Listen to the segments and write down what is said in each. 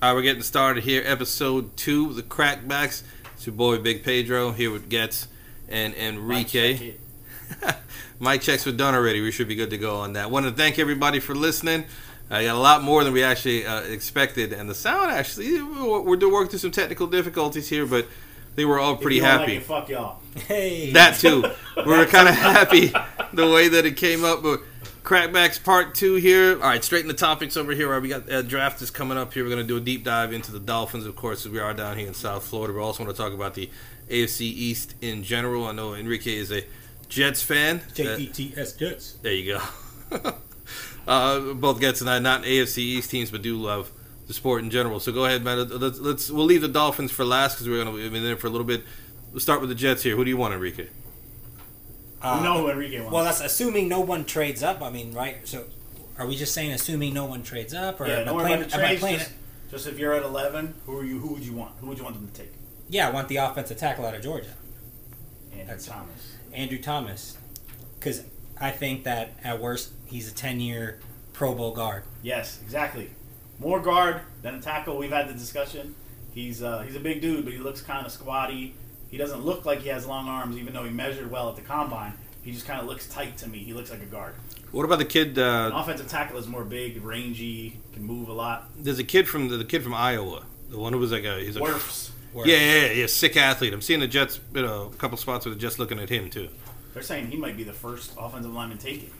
All right, we're getting started here. Episode two, the Crackbacks. It's your boy Big Pedro here with Getz and Enrique. Check it. Mic checks were done already. We should be good to go on that. Want to thank everybody for listening. I got a lot more than we actually uh, expected, and the sound actually we're, we're doing work through some technical difficulties here, but they were all If pretty you don't like happy. it, fuck y'all. Hey. that too. We were kind of happy the way that it came up, but Crackbacks Part Two here. All right, straighten the topics over here. All right, we got uh, draft is coming up here. We're gonna do a deep dive into the Dolphins, of course, as we are down here in South Florida. We also want to talk about the AFC East in general. I know Enrique is a Jets fan. J Uh, E T S Jets. there you go. uh, both Gets and I, not AFC East teams, but do love the sport in general. So go ahead, man. Let's, let's we'll leave the Dolphins for last because we're gonna be in there for a little bit. We'll start with the Jets here. Who do you want, Enrique? Uh, you know who Enrique wants. Well, that's assuming no one trades up. I mean, right? So, are we just saying assuming no one trades up, or yeah, am, no I one playing, about the am I trades. playing Just, it? just if you're at eleven, who are you? Who would you want? Who would you want them to take? Yeah, I want the offensive tackle out of Georgia, Andrew That's- Thomas. Andrew Thomas, because I think that at worst he's a ten-year Pro Bowl guard. Yes, exactly. More guard than a tackle. We've had the discussion. He's uh, he's a big dude, but he looks kind of squatty. He doesn't look like he has long arms, even though he measured well at the combine. He just kind of looks tight to me. He looks like a guard. What about the kid? An Uh, offensive tackle is more big, rangy, can move a lot. there's a kid from the, the kid from Iowa. The one who was like a he's a Werfs. Where- yeah, yeah, yeah, yeah, sick athlete. I'm seeing the Jets, you know, a couple spots where the Jets looking at him too, They're saying he might be the first offensive lineman taken.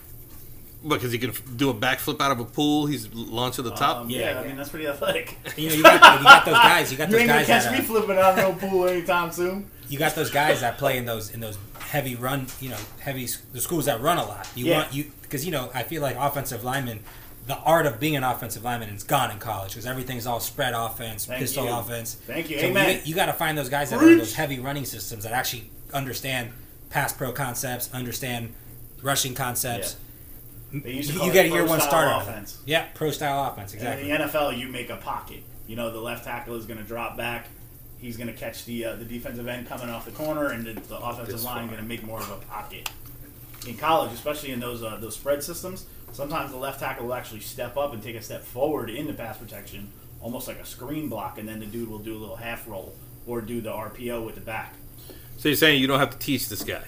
because he can f- do a backflip out of a pool. He's launched to the top. Um, Yeah, yeah, I yeah. mean that's pretty athletic. You know, you got, you got those guys. You got You those ain't gonna guys. catch That, me uh, flipping out of no pool anytime soon. you got those guys that play in those in those heavy run, you know, heavy s- the schools that run a lot. You Yeah. want you because you know I feel like offensive linemen, the art of being an offensive lineman is gone in college because everything's all spread offense, Thank pistol you. offense. Thank you. So Amen. you, you got to find those guys that are in Preach. those heavy running systems that actually understand pass pro concepts, understand rushing concepts. They used to You, call you it get a year pro one style starter. out of that. offense. Yeah, pro style offense exactly. In the NFL, you make a pocket. You know, the left tackle is going to drop back. He's going to catch the uh, the defensive end coming off the corner, and the, the offensive This line far. going to make more of a pocket. In college, especially in those uh, those spread systems, sometimes the left tackle will actually step up and take a step forward in the pass protection, almost like a screen block, and then the dude will do a little half roll or do the RPO with the back. So you're saying you don't have to teach this guy?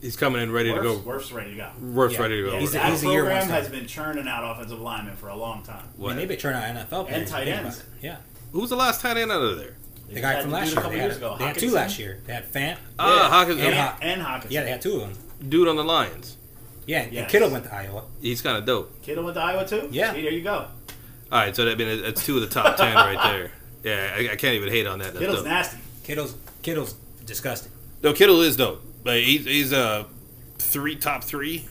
He's coming in ready to Worf's, go. Worf's ready to go. Worth Yeah, ready to go. Yeah, He's a- that he's a year one program starter. has been churning out offensive linemen for a long time. I What? mean, they've been turning out NFL players. tight Think about ends. it. Yeah. Who was the last tight end out of there? The guy had from the dude last a year. couple They, had, years ago, they had two Hockenson. last year. They had Fant. Ah, Hawkins, and, And Ho- and Hawkins. Yeah, they had two of them. dude on the Lions. Yeah, and Yes. Kittle went to Iowa. He's kind of dope. Kittle went to Iowa too. Yeah. See, there you go. All right, so that I mean, that's two of the top ten right there. Yeah, I, I can't even hate on that. That's Kittle's dope. nasty. Kittle's Kittle's disgusting. No, Kittle is dope. Like he's he's uh, three top three.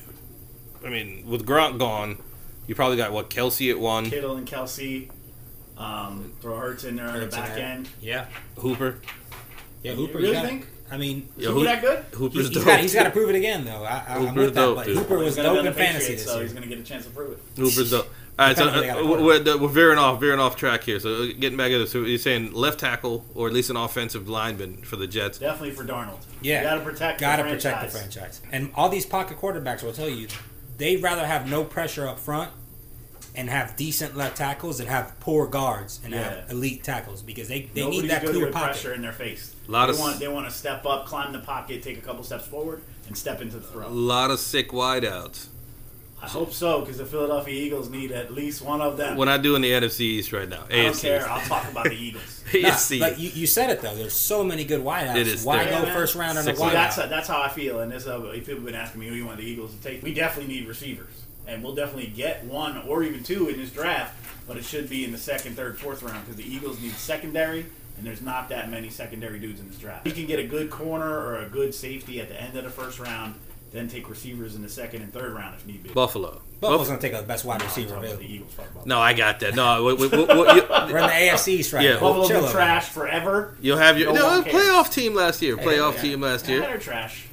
I mean, with Gronk gone, you probably got what Kelsey at one, Kittle and Kelsey. Um, throw Hurts in there on the Hurts in back there. end. Yeah, Hooper. yeah. You Hooper, really got it. think? I mean, Yeah, Is Hoop- he that good? he, Hooper's has dope. got he's got to prove it again though. I, I, I'm Hooper's with that, dope, but dude. Hooper He's was gonna be dope on in the Patriots, fantasy this so year. he's going to get a chance to prove it. Hooper's dope. All right, so Depends uh, on the we're, we're- we're veering off, veering off track here. So uh, getting back at this, so you're saying left tackle or at least an offensive lineman for the Jets. Definitely for Darnold. Yeah, Got to protect. gotta the protect the franchise. And all these pocket quarterbacks will tell you they'd rather have no pressure up front and have decent left tackles and have poor guards and have Yeah. elite tackles because they, they Nobody's need that good clear with pocket. pressure in their face. Lot they of s- want they want to step up, climb the pocket, take a couple steps forward, and step into the A throw. lot of sick wideouts. I hope so because the Philadelphia Eagles need at least one of them. When I do in the NFC East right now, AFC. I don't care. East. I'll talk about the Eagles. Nah, AFC. but you, you said it though. There's so many good wideouts. It is Why there. go Yeah, first round on a Six See, Why that's wideout? that's how I feel, and this uh, if people have been asking me who you want the Eagles to take. We definitely need receivers, and we'll definitely get one or even two in this draft, but it should be in the second, third, fourth round because the Eagles need secondary, and there's not that many secondary dudes in this draft. You can get a good corner or a good safety at the end of the first round, then take receivers in the second and third round if need be. Buffalo. Buffalo's Buff- Oh, gonna take the best wide I'm talking receiver about available. the Eagles. fuck Buffalo. No, I got that. No, what, what, what, what, you, We're in the AFC East right Yeah. now. Buffalo's Chill been over trash forever. you'll have your No no, one cares. playoff team last year. Playoff Yeah. team last Yeah, year. they're trash.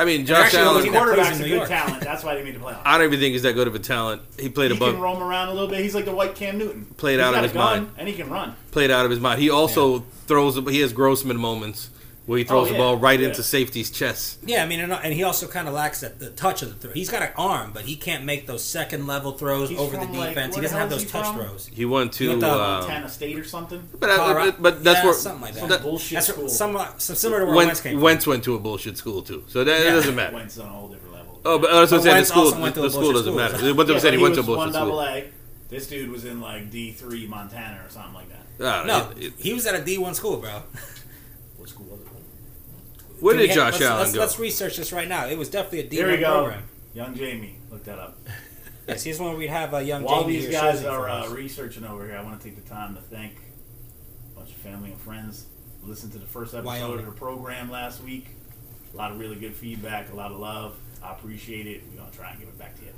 I mean, Josh actually only Allen. team that plays Quarterback's in a New good York. talent. That's why they made the playoffs. I don't even think he's that good of a talent. He played He above, can roam around a little bit. He's like the white Cam Newton. Played He's out of got a his gun, mind. and he can run. played out of his mind. He also throws. He has Grossman moments. where he throws Oh, the yeah. ball right Yeah. into safety's chest. Yeah, I mean, and, and he also kind of lacks that the touch of the throw. He's got an arm, but he can't make those second level throws He's over the from, like, defense. he where the hell doesn't have is those he touch from? throws. He went to, He went to uh, Montana State or something. but, I, Colorado- but, but that's Yeah, where something like Some that. bullshit That's school. some, uh, some similar to where Wentz Wentz, came. from. Wentz went to a bullshit school too, so that, that Yeah. doesn't matter. Wentz on a whole different level. Oh, but that's what I'm But saying. The Wentz school, also the, went to a school bullshit doesn't school, matter. so- What I'm Yeah, saying, but he went to a was bullshit school. 1AA. This dude was in like D three Montana or something like that. Ah, No, it- it- he was at a D one school, bro. What school was it? where Dude, did yeah, Josh let's, Allen let's, go? Let's research this right now. It was definitely a D Here we one go. program. Young Jamie, look that up. Yes, he's one we'd have a young. While Jamie these here guys shooting are for uh, us. researching over here, I want to take the time to thank a bunch of family and friends. Listen to the first episode Wyoming. of the program last week. A lot of really good feedback, a lot of love. I appreciate it. We're gonna try and give it back to you.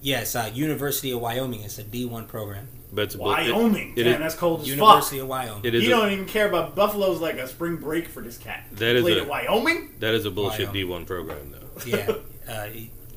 yes, uh, University of Wyoming is a D one program. That's a bull- it- Wyoming, it man, is- that's cold as University fuck. of Wyoming. It You is. don't A, even care about Buffalo's like a spring break for this cat. That is played a- at Wyoming. that is a bullshit Wyoming. D one program though. yeah, uh,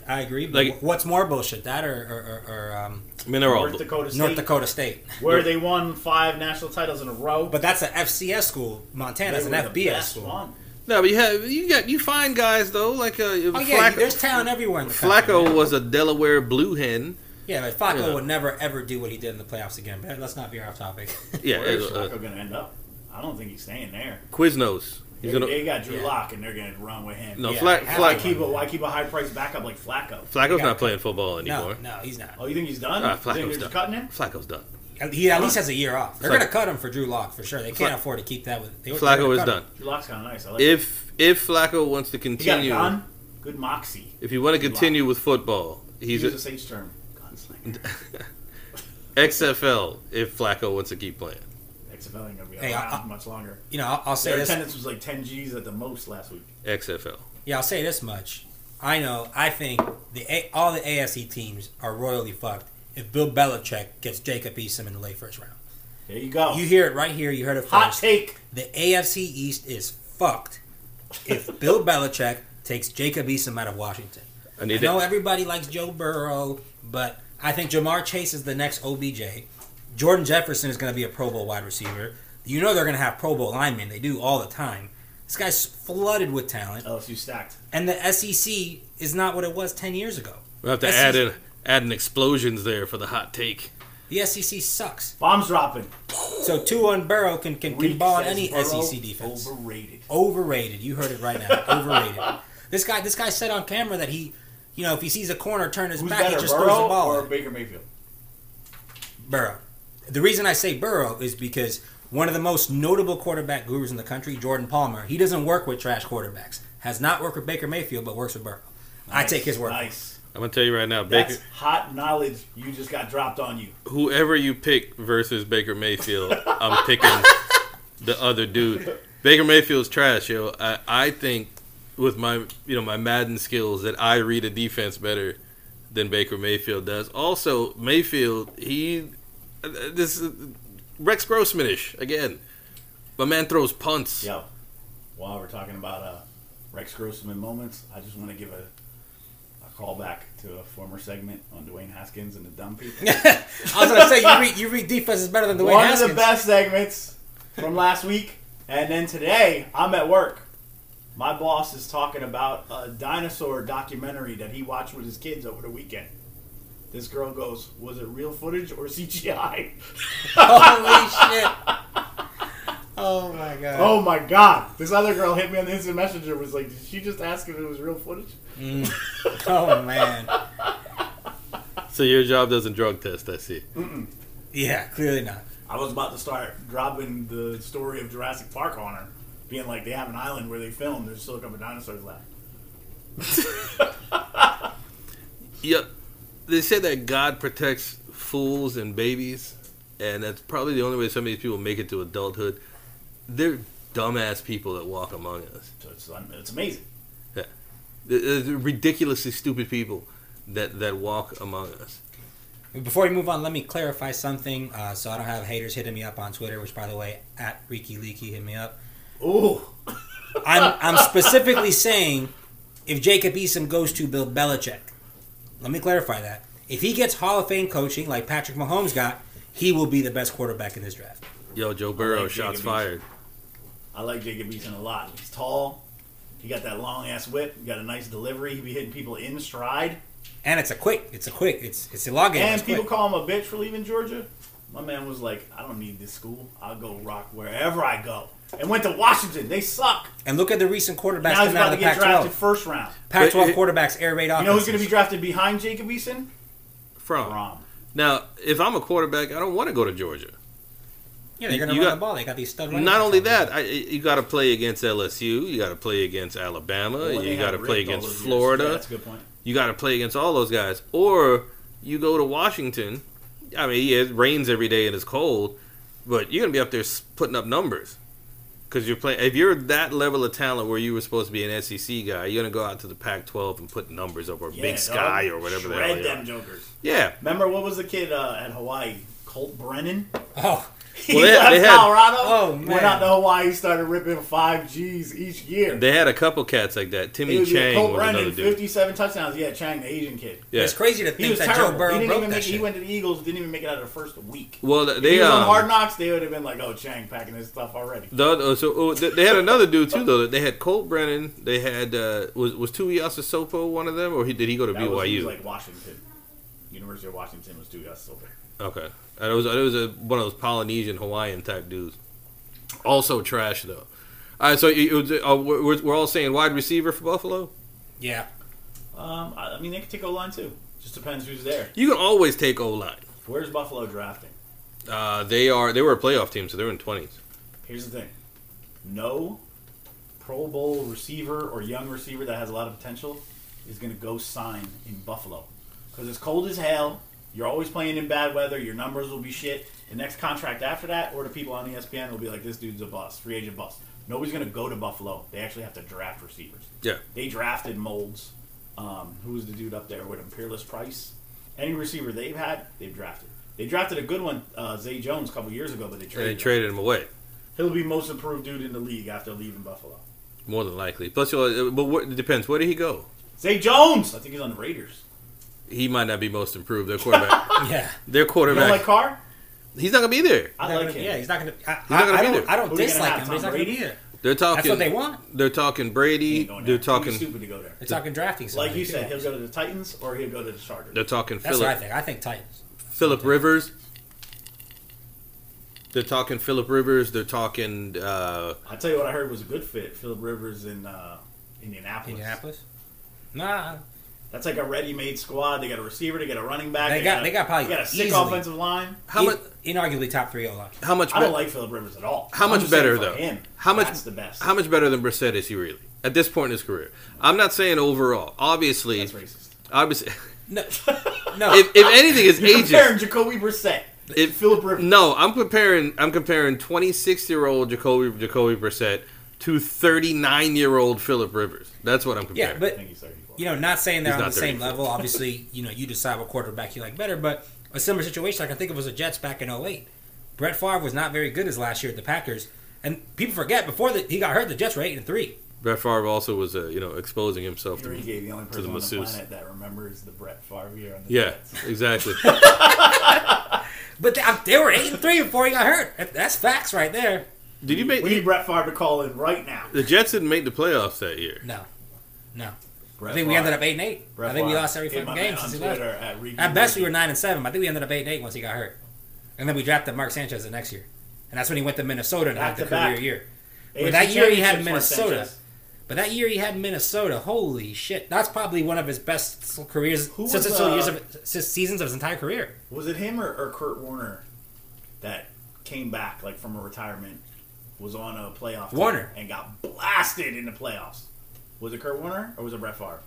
I agree. But Like- wh- what's more bullshit, that or, or, or, or um, I mean, they're all. North Dakota State, North Dakota State? where they won five national titles in a row. But that's an FCS school. Montana's They an were the FBS best school. one. No, but you have you got you find guys though like uh, Oh Flacco. yeah, there's talent everywhere in the country. Flacco was a Delaware blue hen. Yeah, but Flacco Yeah. would never ever do what he did in the playoffs again. But let's not veer off topic. Yeah, Where's uh, uh, Flacco gonna end up? I don't think he's staying there. Quiznos. He's They, gonna they got Drew yeah. Lock, and they're gonna run with him. no yeah, Flack, have Why to Flack, keep a why keep a high price backup like Flacco? Flacco's Yeah. not playing football no, anymore. no, he's not. Oh, you think he's done? Ah, you think Flacco's they're done. just cutting him? Flacco's done. He at least has a year off. They're Flacco- gonna cut him for Drew Lock for sure. They can't Flac- afford to keep that with. They, they're Flacco gonna is cut done. him. Drew Lock's kind of nice. I like. It. If if Flacco wants to He got a continue, gun. Good moxie. if you want to continue with football, he's Use a, a sage term. Gunslinger. XFL. If Flacco wants to keep playing, XFL ain't gonna be around Hey, I- I- much longer. You know, I'll, I'll say Their this. attendance was like 10 G's at the most last week. XFL. Yeah, I'll say this much. I know. I think the a- all the AFC teams are royally fucked if Bill Belichick gets Jacob Eason in the late first round. There you go. You hear it right here. You heard it first. Hot take. The AFC East is fucked if Bill Belichick takes Jacob Eason out of Washington. I I need know to, everybody likes Joe Burrow, but I think Jamar Chase is the next OBJ. Jordan Jefferson is going to be a Pro Bowl wide receiver. You know they're going to have Pro Bowl linemen. They do all the time. This guy's flooded with talent, LSU stacked. and the SEC is not what it was ten years ago. we have to SEC add in add an explosions there for the hot take. The SEC sucks. Bombs dropping. So two on Burrow can can, can Reed ball on says any Burrow SEC defense. Overrated. Overrated. You heard it right now. Overrated. This guy. This guy said on camera that he, you know, if he sees a corner turn his Who's back, he better, just throws the Burrow ball. or in. Baker Mayfield? Burrow. The reason I say Burrow is because one of the most notable quarterback gurus in the country, Jordan Palmer, he doesn't work with trash quarterbacks. Has not worked with Baker Mayfield, but works with Burrow. I take his word. Nice. I'm gonna tell you right now, Baker. That's hot knowledge you just got dropped on you. whoever you pick versus Baker Mayfield, I'm picking the other dude. Baker Mayfield's trash, yo. I, I think with my you know my Madden skills that I read a defense better than Baker Mayfield does. Also, Mayfield, he this is Rex Grossmanish again. My man throws punts. Yo, while we're talking about uh, Rex Grossman moments, I just want to give a, a call back to a former segment on Dwayne Haskins and the Dumb People. I was gonna say you read, you read defenses better than Dwayne One Haskins. of the best segments from last week. And then today, I'm at work. My boss is talking about a dinosaur documentary that he watched with his kids over the weekend. This girl goes, Was it real footage or CGI? Holy shit! Oh my god! Oh my god. This other girl hit me on the instant messenger was like, Did she just ask if it was real footage? oh man! So your job doesn't drug test, I see. Yeah, clearly not. I was about to start dropping the story of Jurassic Park on her, being like, they have an island where they filmed. There's still a couple dinosaurs left. Yep. They say that God protects fools and babies, and that's probably the only way some of these people make it to adulthood. They're dumbass people that walk among us. So it's um, it's amazing. They're they're ridiculously stupid people that, that walk among us. Before we move on, let me clarify something uh, so I don't have haters hitting me up on Twitter. Which, by the way, at Reeky Leaky hit me up. Ooh, I'm I'm specifically saying if Jacob Eason goes to Bill Belichick. Let me clarify that. If he gets Hall of Fame coaching like Patrick Mahomes got, he will be the best quarterback in this draft. Yo, Joe Burrow, like shots Jacob Eason. fired. I like Jacob Eason a lot. He's tall. He got that long ass whip. He got a nice delivery. He be hitting people in stride. And it's a quick. It's a quick. It's it's elongated. and it's people quick. call him a bitch for leaving Georgia. My man was like, I don't need this school. I'll go rock wherever I go. And went to Washington. They suck. and look at the recent quarterbacks now he's coming about out to of the get drafted Pac-12. first round. Pac-12 But it- quarterbacks air raid offense. You know who's going to be drafted behind Jacob Eason? From Rom. now, if I'm a quarterback, I don't want to go to Georgia. Yeah, they're going you to run got- the ball. They got these stud. running Not backs only out there. that, I, you got to play against LSU. You got to play against Alabama. Well, they you got to had play Rick all against those years. Florida. Yeah, that's a good point. you got to play against all those guys, or you go to Washington. I mean, yeah, it rains every day and it's cold, but you're gonna be up there s- putting up numbers because you're playing. If you're that level of talent where you were supposed to be an SEC guy, you're gonna go out to the Pac-12 and put numbers up or Yeah, Big dog. Sky or whatever the hell Shred they them are. jokers. Yeah, Remember what was the kid uh, at Hawaii? Colt Brennan. Oh, He Well, they- left they had- Colorado. Oh, man. Went out to Hawaii, started ripping five G's each year. they had a couple cats like that. He Timmy was yeah, Chang Colt was Brennan, another dude. fifty-seven touchdowns. Yeah, Chang, the Asian kid. Yeah. it's crazy to He think was that terrible. Joe he Burrow didn't broke even that make. He shit. went to the Eagles. Didn't even make it out of the first week. Well, If they he was on um, Hard Knocks. They would have been like, "Oh, Chang packing his stuff already." The other, so oh, th- they had another dude too though. They had Colt Brennan. They had uh, was was Tuiasa Sopo one of them, or he, did he go to That BYU? was, he was like Washington, University of Washington was two guys over. Okay, and it was it was a, one of those Polynesian Hawaiian type dudes. Also trash though. All right, so it was, uh, we're, we're- we're all saying wide receiver for Buffalo. Yeah, Um, I, I mean, they could take O line too. Just depends who's there. You can always take O line. Where's Buffalo drafting? Uh, they are they were a playoff team, so they were in twenties. Here's the thing: no Pro Bowl receiver or young receiver that has a lot of potential is going to go sign in Buffalo because it's cold as hell. You're always playing in bad weather. Your numbers will be shit. The next contract after that, or the people on E ESPN will be like, "This dude's a bust, free agent bust." Nobody's going to go to Buffalo. They actually have to draft receivers. Yeah, They drafted Molds. Um, who was the dude up there with him? Peerless Price. Any receiver they've had, they've drafted. They drafted a good one, uh, Zay Jones, a couple years ago, but they and traded. they him. traded him away He'll be most improved dude in the league after leaving Buffalo. more than likely. Plus, you'll- but what, it depends. Where did he go? Zay Jones. I think he's on the Raiders. He might not be most improved. Their quarterback. yeah. their You don't quarterback. like Carr? he's not gonna be there. I Not like gonna- him. Yeah, he's not going to. I not gonna I be don't. there. Who I don't are they gonna dislike have, him. but He's Tom not going to be Brady? there. They're talking. That's what they want. They're talking He ain't Brady. They're going there. He'd be talking. stupid to go there. They're talking drafting. Like somebody, you too. said, he'll go to the Titans or he'll go to the Chargers. They're talking That's what I Philip. think. I think Titans. Philip Rivers. They're talking Philip Rivers. They're talking. Uh, I tell you what, I heard was a good fit. Philip Rivers in uh, Indianapolis. Indianapolis. Nah, That's like a ready-made squad. They got a receiver. They got a running back. They got- they got probably they got a sick easily- offensive line. how in- much? Inarguably top three O line. How much? I don't be- like Philip Rivers at all. How I'm much just saying better, for though? Him, How much- That's the best. How much better than Brissett is he really at this point in his career? I'm not saying overall. Obviously, That's racist. obviously, No, no. if, if anything is You're comparing ages. Jacoby Brissett. to If- Philip Rivers. No, I'm comparing. I'm comparing 26 year old Jacoby Jacoby Brissett to 39 year old Philip Rivers. That's what I'm yeah, comparing. I but think he's 34. you know, not saying they're He's on not the same 34. level. Obviously, you know, you decide what quarterback you like better, but a similar situation I can think of was the Jets back in 08. Brett Favre was not very good his last year at the Packers, and people forget before the, he got hurt, the Jets were eight and three. Brett Favre also was, uh, you know, exposing himself Mm-hmm. You're to. Enrique, the only the person on the masseuse. planet that remembers the Brett Favre year on the Yeah, Jets. exactly. But they, they were eight and three before he got hurt. That- That's facts right there. Did you make We need Brett Favre to call in right now. The Jets didn't make the playoffs that year. No, no. Brett I think we ended up eight and eight. I think we lost every Hit fucking my game man since he on left. Twitter At, Reed At best, we were nine and seven. but I think we ended up eight and eight once he got hurt, and then we drafted Mark Sanchez the next year, and that's when he went to Minnesota and Back had the to back. career year. AFC but that year he had championships, Mark Minnesota. Sanchez. But that year he had Minnesota. Holy shit! That's probably one of his best careers Who since, was, since years uh, of, since seasons of his entire career. Was it him or, or Kurt Warner that came back like from a retirement, was on a playoff team Warner. and got blasted in the playoffs? Was it Kurt Warner or was it Brett Favre?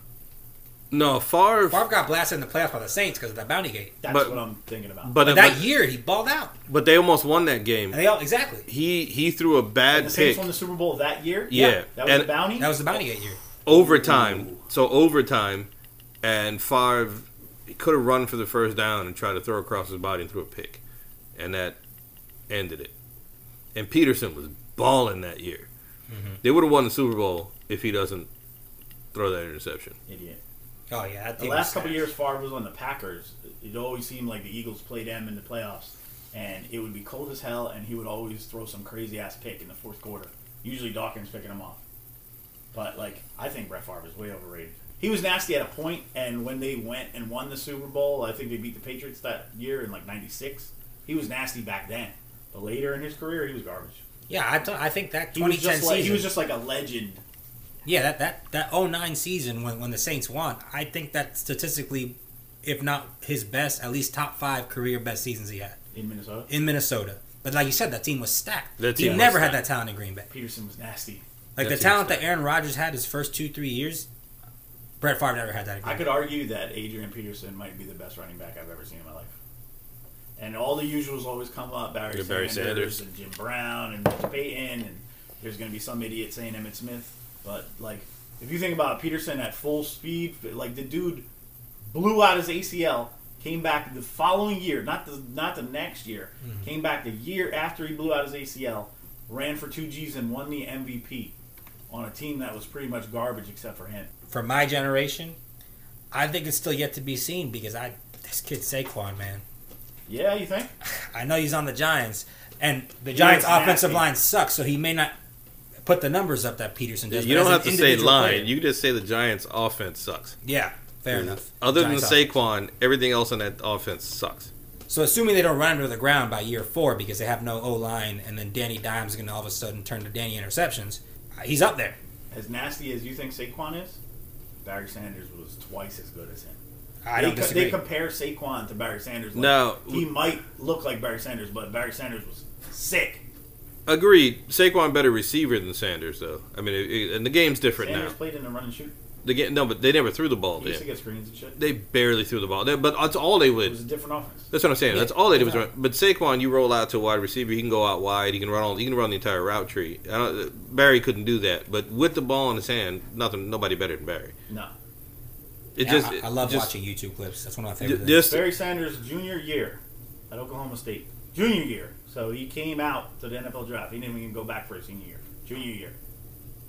No, Favre. Favre got blasted in the playoffs by the Saints because of that bounty gate. That's But- what I'm thinking about. But, but, But that year he balled out, but they almost won that game. and they all exactly He he threw a And bad the pick. Saints won the Super Bowl that year. Yeah, that was and- the bounty. that was the bounty gate year. overtime. So overtime, and Favre could have run for the first down and tried to throw across his body and threw a pick, and that ended it. And Peterson was balling that year. Mm-hmm. They would have won the Super Bowl if he doesn't throw that interception. idiot. Oh yeah, that The team was last couple stacked. years, Favre was on the Packers. It always seemed like the Eagles played them in the playoffs, and it would be cold as hell, and he would always throw some crazy ass pick in the fourth quarter, Usually Dawkins picking him off. But like, I think Brett Favre is way overrated. He was nasty at a point, and when they went and won the Super Bowl, I think they beat the Patriots that year in like '96. He was nasty back then, but later in his career, he was garbage. Yeah, I, th- I think that He was 2010 just season. like he was just like a legend. yeah, that that that 09 season when when the Saints won, I think that statistically, if not his best, at least top five career best seasons he had in Minnesota. in Minnesota. But like you said, that team was stacked. That team he was never had stacked. that talent in Green Bay. Peterson was nasty. Like That the team was talent that stacked. Aaron Rodgers had his first two three years, Brett Favre never had that. in Green I could argue that Adrian Peterson might be the best running back I've ever seen in my life. And all the usuals always come up: Barry, Yeah, Sanders, Barry Sanders. and Jim Brown and Walter Payton. And there's going to be some idiot saying Emmett Smith. But like, if you think about Peterson at full speed, like the dude blew out his ACL, came back the following year, not the not the next year, came back the year after he blew out his ACL, ran for two G's and won the MVP on a team that was pretty much garbage except for him. for my generation, I think it's still yet to be seen because I this kid Saquon, man. Yeah, you think? I know he's on the Giants, and the He Giants' looks nasty. offensive line sucks, so he may not put the numbers up that Peterson does. You but don't as have an to say individual line. player- You can just say the Giants' offense sucks. yeah, fair enough. Other than Giants off- Saquon, everything else on that offense sucks. so assuming they don't run into the ground by year four because they have no O line, and then Danny Dimes is going to all of a sudden turn to Danny interceptions. uh, He's up there. as nasty as you think Saquon is, Barry Sanders was twice as good as him. I they, don't co- disagree. they compare Saquon to Barry Sanders. No. he might look like Barry Sanders, but Barry Sanders was sick. Agreed. Saquon better receiver than Sanders, though. I mean, it, it- and the game's different Sanders now. played in the run and shoot. The game, no, but they never threw the ball. He used to Then. get screens and shit. They barely threw the ball. They- but that's all they It was would. a different offense. That's what I'm saying. Yeah. That's all they did was run. But Saquon, you roll out to a wide receiver, he can go out wide. He can run all. He can run the entire route tree. I don't, Barry couldn't do that. But with the ball in his hand, nothing. Nobody better than Barry. No, It Yeah, just. I, I love just- watching YouTube clips. That's one of my ju- favorite. things. Just Barry Sanders junior year at Oklahoma State, junior year. So he came out to the NFL draft. He didn't even go back for his senior year. Junior year,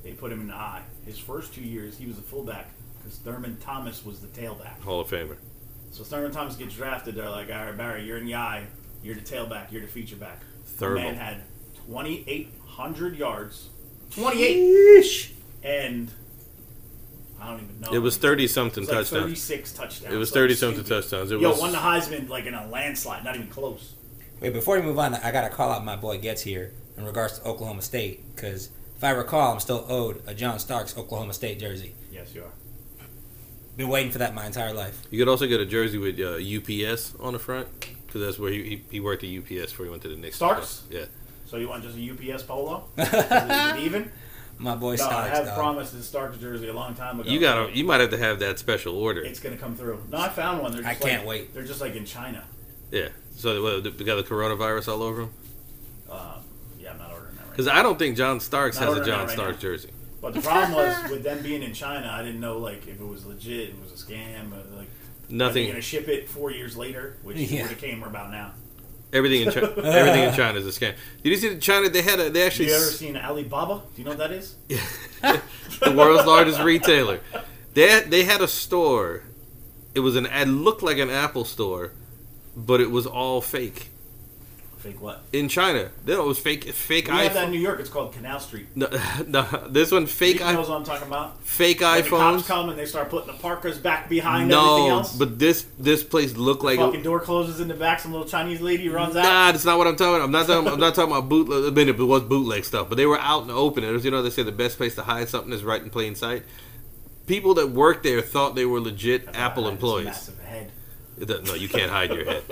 they put him in the eye. His first two years, he was a fullback because Thurman Thomas was the tailback. Hall of Famer. So Thurman Thomas gets drafted. They're like, all right, Barry, you're in the eye. You're the tailback. You're the feature back. Thurman. The man had 2,800 yards. 28. And I don't even know. It was thirty something It was like touchdowns. 36 touchdowns. It was Like, 30 something stupid. touchdowns. It Yo, was- won the Heisman like in a landslide. Not even close. Wait, before we move on, I gotta call out my boy Gets here in regards to Oklahoma State because if I recall, I'm still owed a John Starks Oklahoma State jersey. Yes, you are. Been waiting for that my entire life. You could also get a jersey with uh, UPS on the front because that's where he, he he worked at UPS before he went to the Knicks. Starks? Yeah. So you want just a UPS polo? Is it even? My boy No, I Starks. have dog. promised this Starks jersey a long time ago. You got to you might have to have that special order. It's gonna come through. No, I found one. They're I just can't like, wait. They're just like in China. yeah. So well, they got the coronavirus all over him Um, yeah, I'm not ordering that right because I don't think John Starks Not has a ordering John that right Starks now. jersey. But the problem was with them being in China, I didn't know like if it was legit, it was a scam, or, like Are they Nothing. gonna ship it four years later, which Yeah. would have came about now. Everything in China. everything in China is a scam. Did you see the China? They had a. They Have actually you ever s- seen Alibaba? Do you know what that is? the world's largest retailer. They they had a store. It was an. It looked like an Apple store, but it was all fake Fake what? in China. No, it was fake. Fake We have that in iPhone. New York. It's called Canal Street. No, no, this one fake. you i- know what I'm talking about? fake When the cops iPhones. come and they start putting the parkas back behind everything no, else. but this this place looked like. fucking door closes in the back. Some little Chinese lady runs out. Nah, that's not what I'm talking. About. I'm not talking. I'm not talking about bootleg. I mean, it was bootleg stuff, but they were out in the open. And you know, they say the best place to hide something is right in plain sight. People that worked there thought they were legit Apple This employees. Massive head. It doesn't- No, you can't hide your head.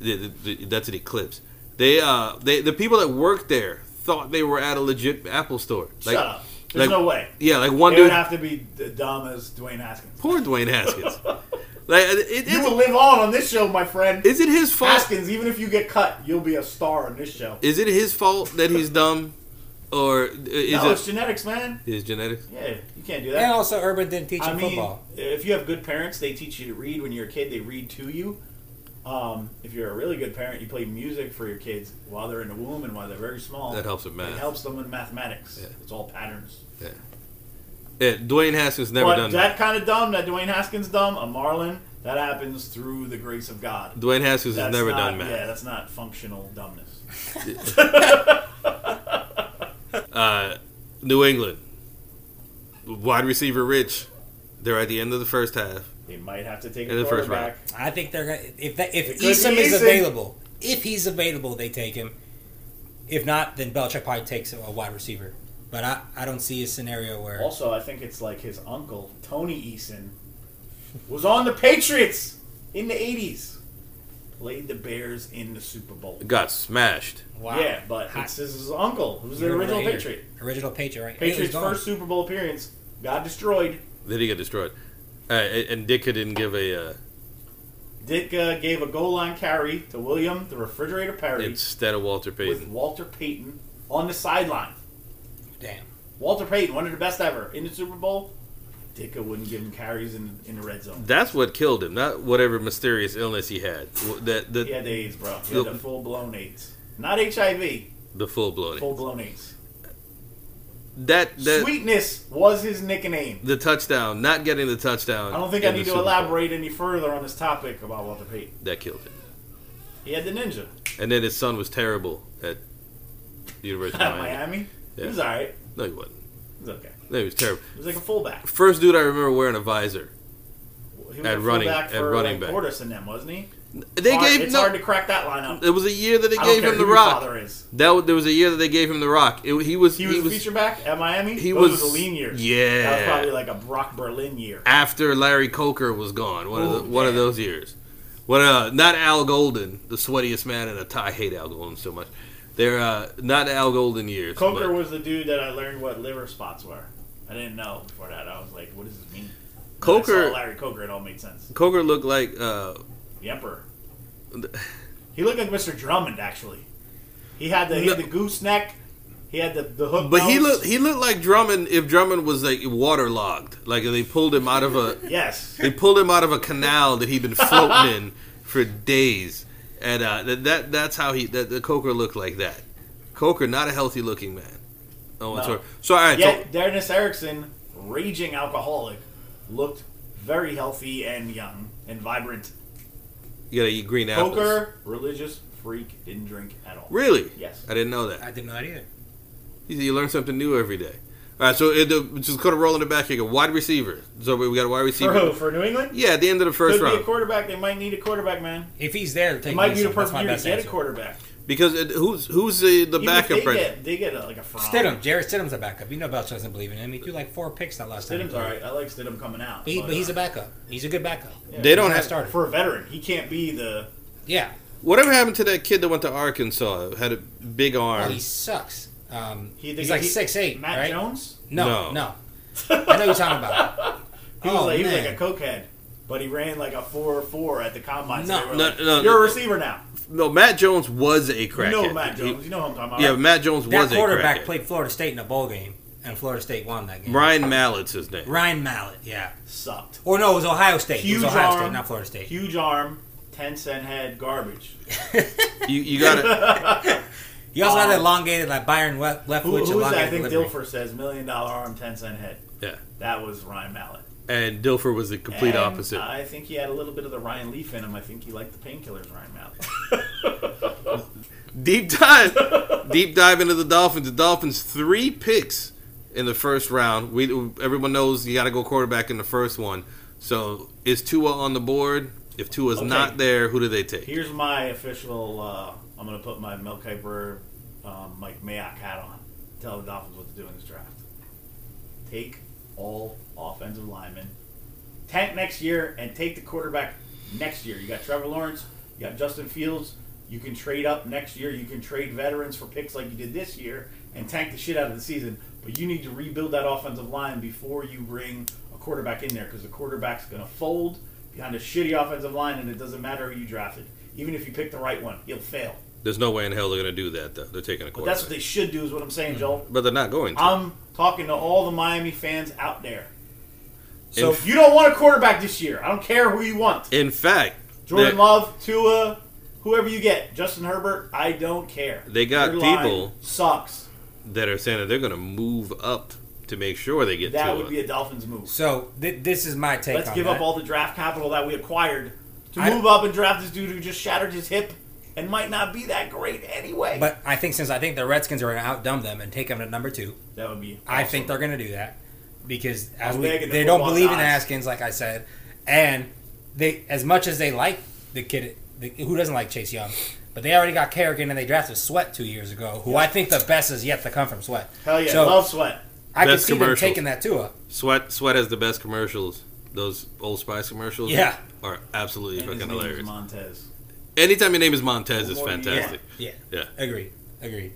The- the- the- That's an eclipse. They, uh, they, the people that worked there thought they were at a legit Apple store. Shut up. There's like- no way. Yeah, like one It would dude. have to be d- dumb as Dwayne Haskins. Poor Dwayne Haskins. like, it, You it's- will live on on this show, my friend. is it his fault? Haskins, even if you get cut, you'll be a star on this show. Is it his fault that he's dumb, or is no, it's it genetics, man. his genetics? Yeah, you can't do And that. also, Urban didn't teach him I mean, football. if you have good parents, they teach you to read when you're a kid. They read to you. Um, if you're a really good parent, you play music for your kids while they're in the womb and while they're very small. That helps with math. It helps them with mathematics. Yeah. It's all patterns. Yeah. yeah, Dwayne Haskins never but done that that. kind of dumb, that Dwayne Haskins dumb, a Marlin, that happens through the grace of God. Dwayne Haskins has That's never not, done Yeah, math. that's not functional dumbness. Uh, New England. Wide receiver Rich. They're at the end of the first half. They might have to take In a the first quarterback. I think they're gonna if that It if could be Eason is Eason. available, if he's available, they take him. If not, then Belichick probably takes a wide receiver. But I, I don't see a scenario where Also, I think it's like his uncle Tony Eason was on the Patriots in the '80s, played the Bears in the Super Bowl. Got smashed. Yeah, but Hot. it's his uncle, who's the You're original right here. Patriot. original Patriot right Hey, he's Patriots' gone. first Super Bowl appearance got destroyed. Then he got destroyed. Uh, and and Ditka didn't give a uh, Dick uh, gave a goal line carry to William, the refrigerator Perry, instead of Walter with Payton. Walter Payton on the sideline. damn Walter Payton, one of the best ever in the Super Bowl. Dicka wouldn't give him carries in, in the red zone. That's what killed him, not whatever mysterious illness he had. W- That the He had the AIDS, bro. He had the full blown AIDS, not HIV. the full blown. Full blown AIDS. That that Sweetness was his nickname. the touchdown, not getting the touchdown. I don't think in I the need to Super Bowl. elaborate any further on this topic about Walter Payton. That killed him. He had the ninja And then his son was terrible at the University at of Miami. Miami. He Oh, Yeah. was all right. No, he wasn't. He was okay. No, he was terrible. He was like a fullback. First dude I remember wearing a visor. He was At a running- fullback at for running back. like Portis and them, wasn't he? They Hard- gave it's no. hard to crack that lineup. It was a year that they I don't gave care him who the your rock. Father is. That was, there was a year that they gave him the rock. It, he was He was, a feature back at Miami. he Those was was a lean year. Yeah, That was probably like a Brock Berlin year. after Larry Coker was gone. One Ooh, of the, one of yeah. those years. What? Uh, not Al Golden, the sweatiest man in a tie. I hate Al Golden so much. They're uh, not Al Golden years. Coker but- was the dude that I learned what liver spots were. I didn't know before that. I was like, what does this mean? When I saw Coker- Larry Coker, it all made sense. Coker looked like uh, The Emperor. The- He looked like Mr. Drummond, actually. He had the, he had No. the gooseneck. He had the, the hook. But he nose. looked he looked like Drummond if Drummond was like waterlogged. Like they pulled him out of a Yes. they pulled him out of a canal that he'd been floating in for days. And uh, that, that that's how he that the Coker looked like that. Coker not a healthy looking man. Oh, No. I'm sorry. So all right, so Yet Dennis Erickson, raging alcoholic, looked very healthy and young and vibrant. you gotta eat green apples. Coker, religious freak, didn't drink at all. Really? Yes. I didn't know that. I didn't know that either You, you learn something new every day. All right, so it, uh, just kind of rolling it back here. Wide receiver. So we we got a wide For receiver. who? For New England? Yeah, at the end of the first Could be a round. quarterback. They might need a quarterback, man. if he's there take It might be the Eason. That's perfect my year to best get a answer. quarterback. Because it, who's who's the, the Even if backup they right get, they get a, like a Fromm. Stidham Jared Stidham's a backup you know Belichick doesn't believe in him he threw like four picks that last Stidham's time all right. I like Stidham coming out. but, he, but he's a uh, backup he's a good backup yeah. They don't He's not a have starter for a veteran. He can't be the yeah Whatever happened to that kid that went to Arkansas? Had a big oh, arm. he sucks um, he, he's like he- six eight Matt right Jones. No. no no I know you're talking about He was, Oh, like, he was man. like a cokehead, but he ran like a four four at the combine. No, so they were no, like, no, You're no. a receiver now. no, Matt Jones was a crackhead. You know Matt He- Jones. You know who I'm talking about. yeah, right? Matt Jones that was a quarterback crackhead. played Florida State in a bowl game and Florida State won that game Ryan Mallett's his name. Ryan Mallett yeah sucked. Or no, it was Ohio State. Huge it was Ohio arm. State, not Florida State. Huge arm, ten cent head, garbage. You, you got He also had arm. had elongated like Byron Le- Leftwich. Who, who is that? I elongated think delivery. Dilfer says million dollar arm, ten cent head. Yeah. that was Ryan Mallett. and Dilfer was the complete And opposite. I think he had a little bit of the Ryan Leaf in him. I think he liked the painkillers, Ryan Mallett. deep dive, deep dive into the Dolphins. The Dolphins three picks in the first round. We everyone knows you got to go quarterback in the first one. So is Tua on the board? If Tua's Okay. not there, who do they take? Here's my official. Uh, I'm going to put my Mel Kiper, um, Mike Mayock hat on. Tell the Dolphins what to do in this draft. Take all offensive linemen. Tank next year and take the quarterback next year. You got Trevor Lawrence. You got Justin Fields. You can trade up next year. You can trade veterans for picks like you did this year and tank the shit out of the season. But you need to rebuild that offensive line before you bring a quarterback in there because the quarterback's going to fold behind a shitty offensive line, and it doesn't matter who you drafted. Even if you pick the right one, he'll fail. There's no way in hell they're going to do that though. They're taking a But quarterback. that's what they should do, is what I'm saying, Joel. but they're not going to. I'm talking to all the Miami fans out there. So If you don't want a quarterback this year, I don't care who you want. In fact, Jordan they- Love, Tua, whoever you get, Justin Herbert, I don't care. They got Your line Debo. Sucks. that are saying that they're going to move up to make sure they get That Tua. would be a Dolphins move. so th- this is my take. Let's on give that. up all the draft capital that we acquired to I- move up and draft this dude who just shattered his hip and might not be that great anyway. But I think since I think the Redskins are going to outdumb them and take them to number two, that would be. I awesome. think they're going to do that because as I'm we, begging the they don't football believe in gods. Haskins, like I said, and they as much as they like the kid, the, who doesn't like Chase Young, but they already got Kerrigan and they drafted Sweat two years ago, who I think the best is yet to come from Sweat. Hell yeah, So love sweat. I can Best see them commercial. taking that too. up. Sweat Sweat has the best commercials. Those Old Spice commercials, Yeah. are absolutely And his fucking name is hilarious. Montez. Anytime your name is Montez, it's Well, yeah. fantastic. Yeah. Yeah. Agreed. Agreed.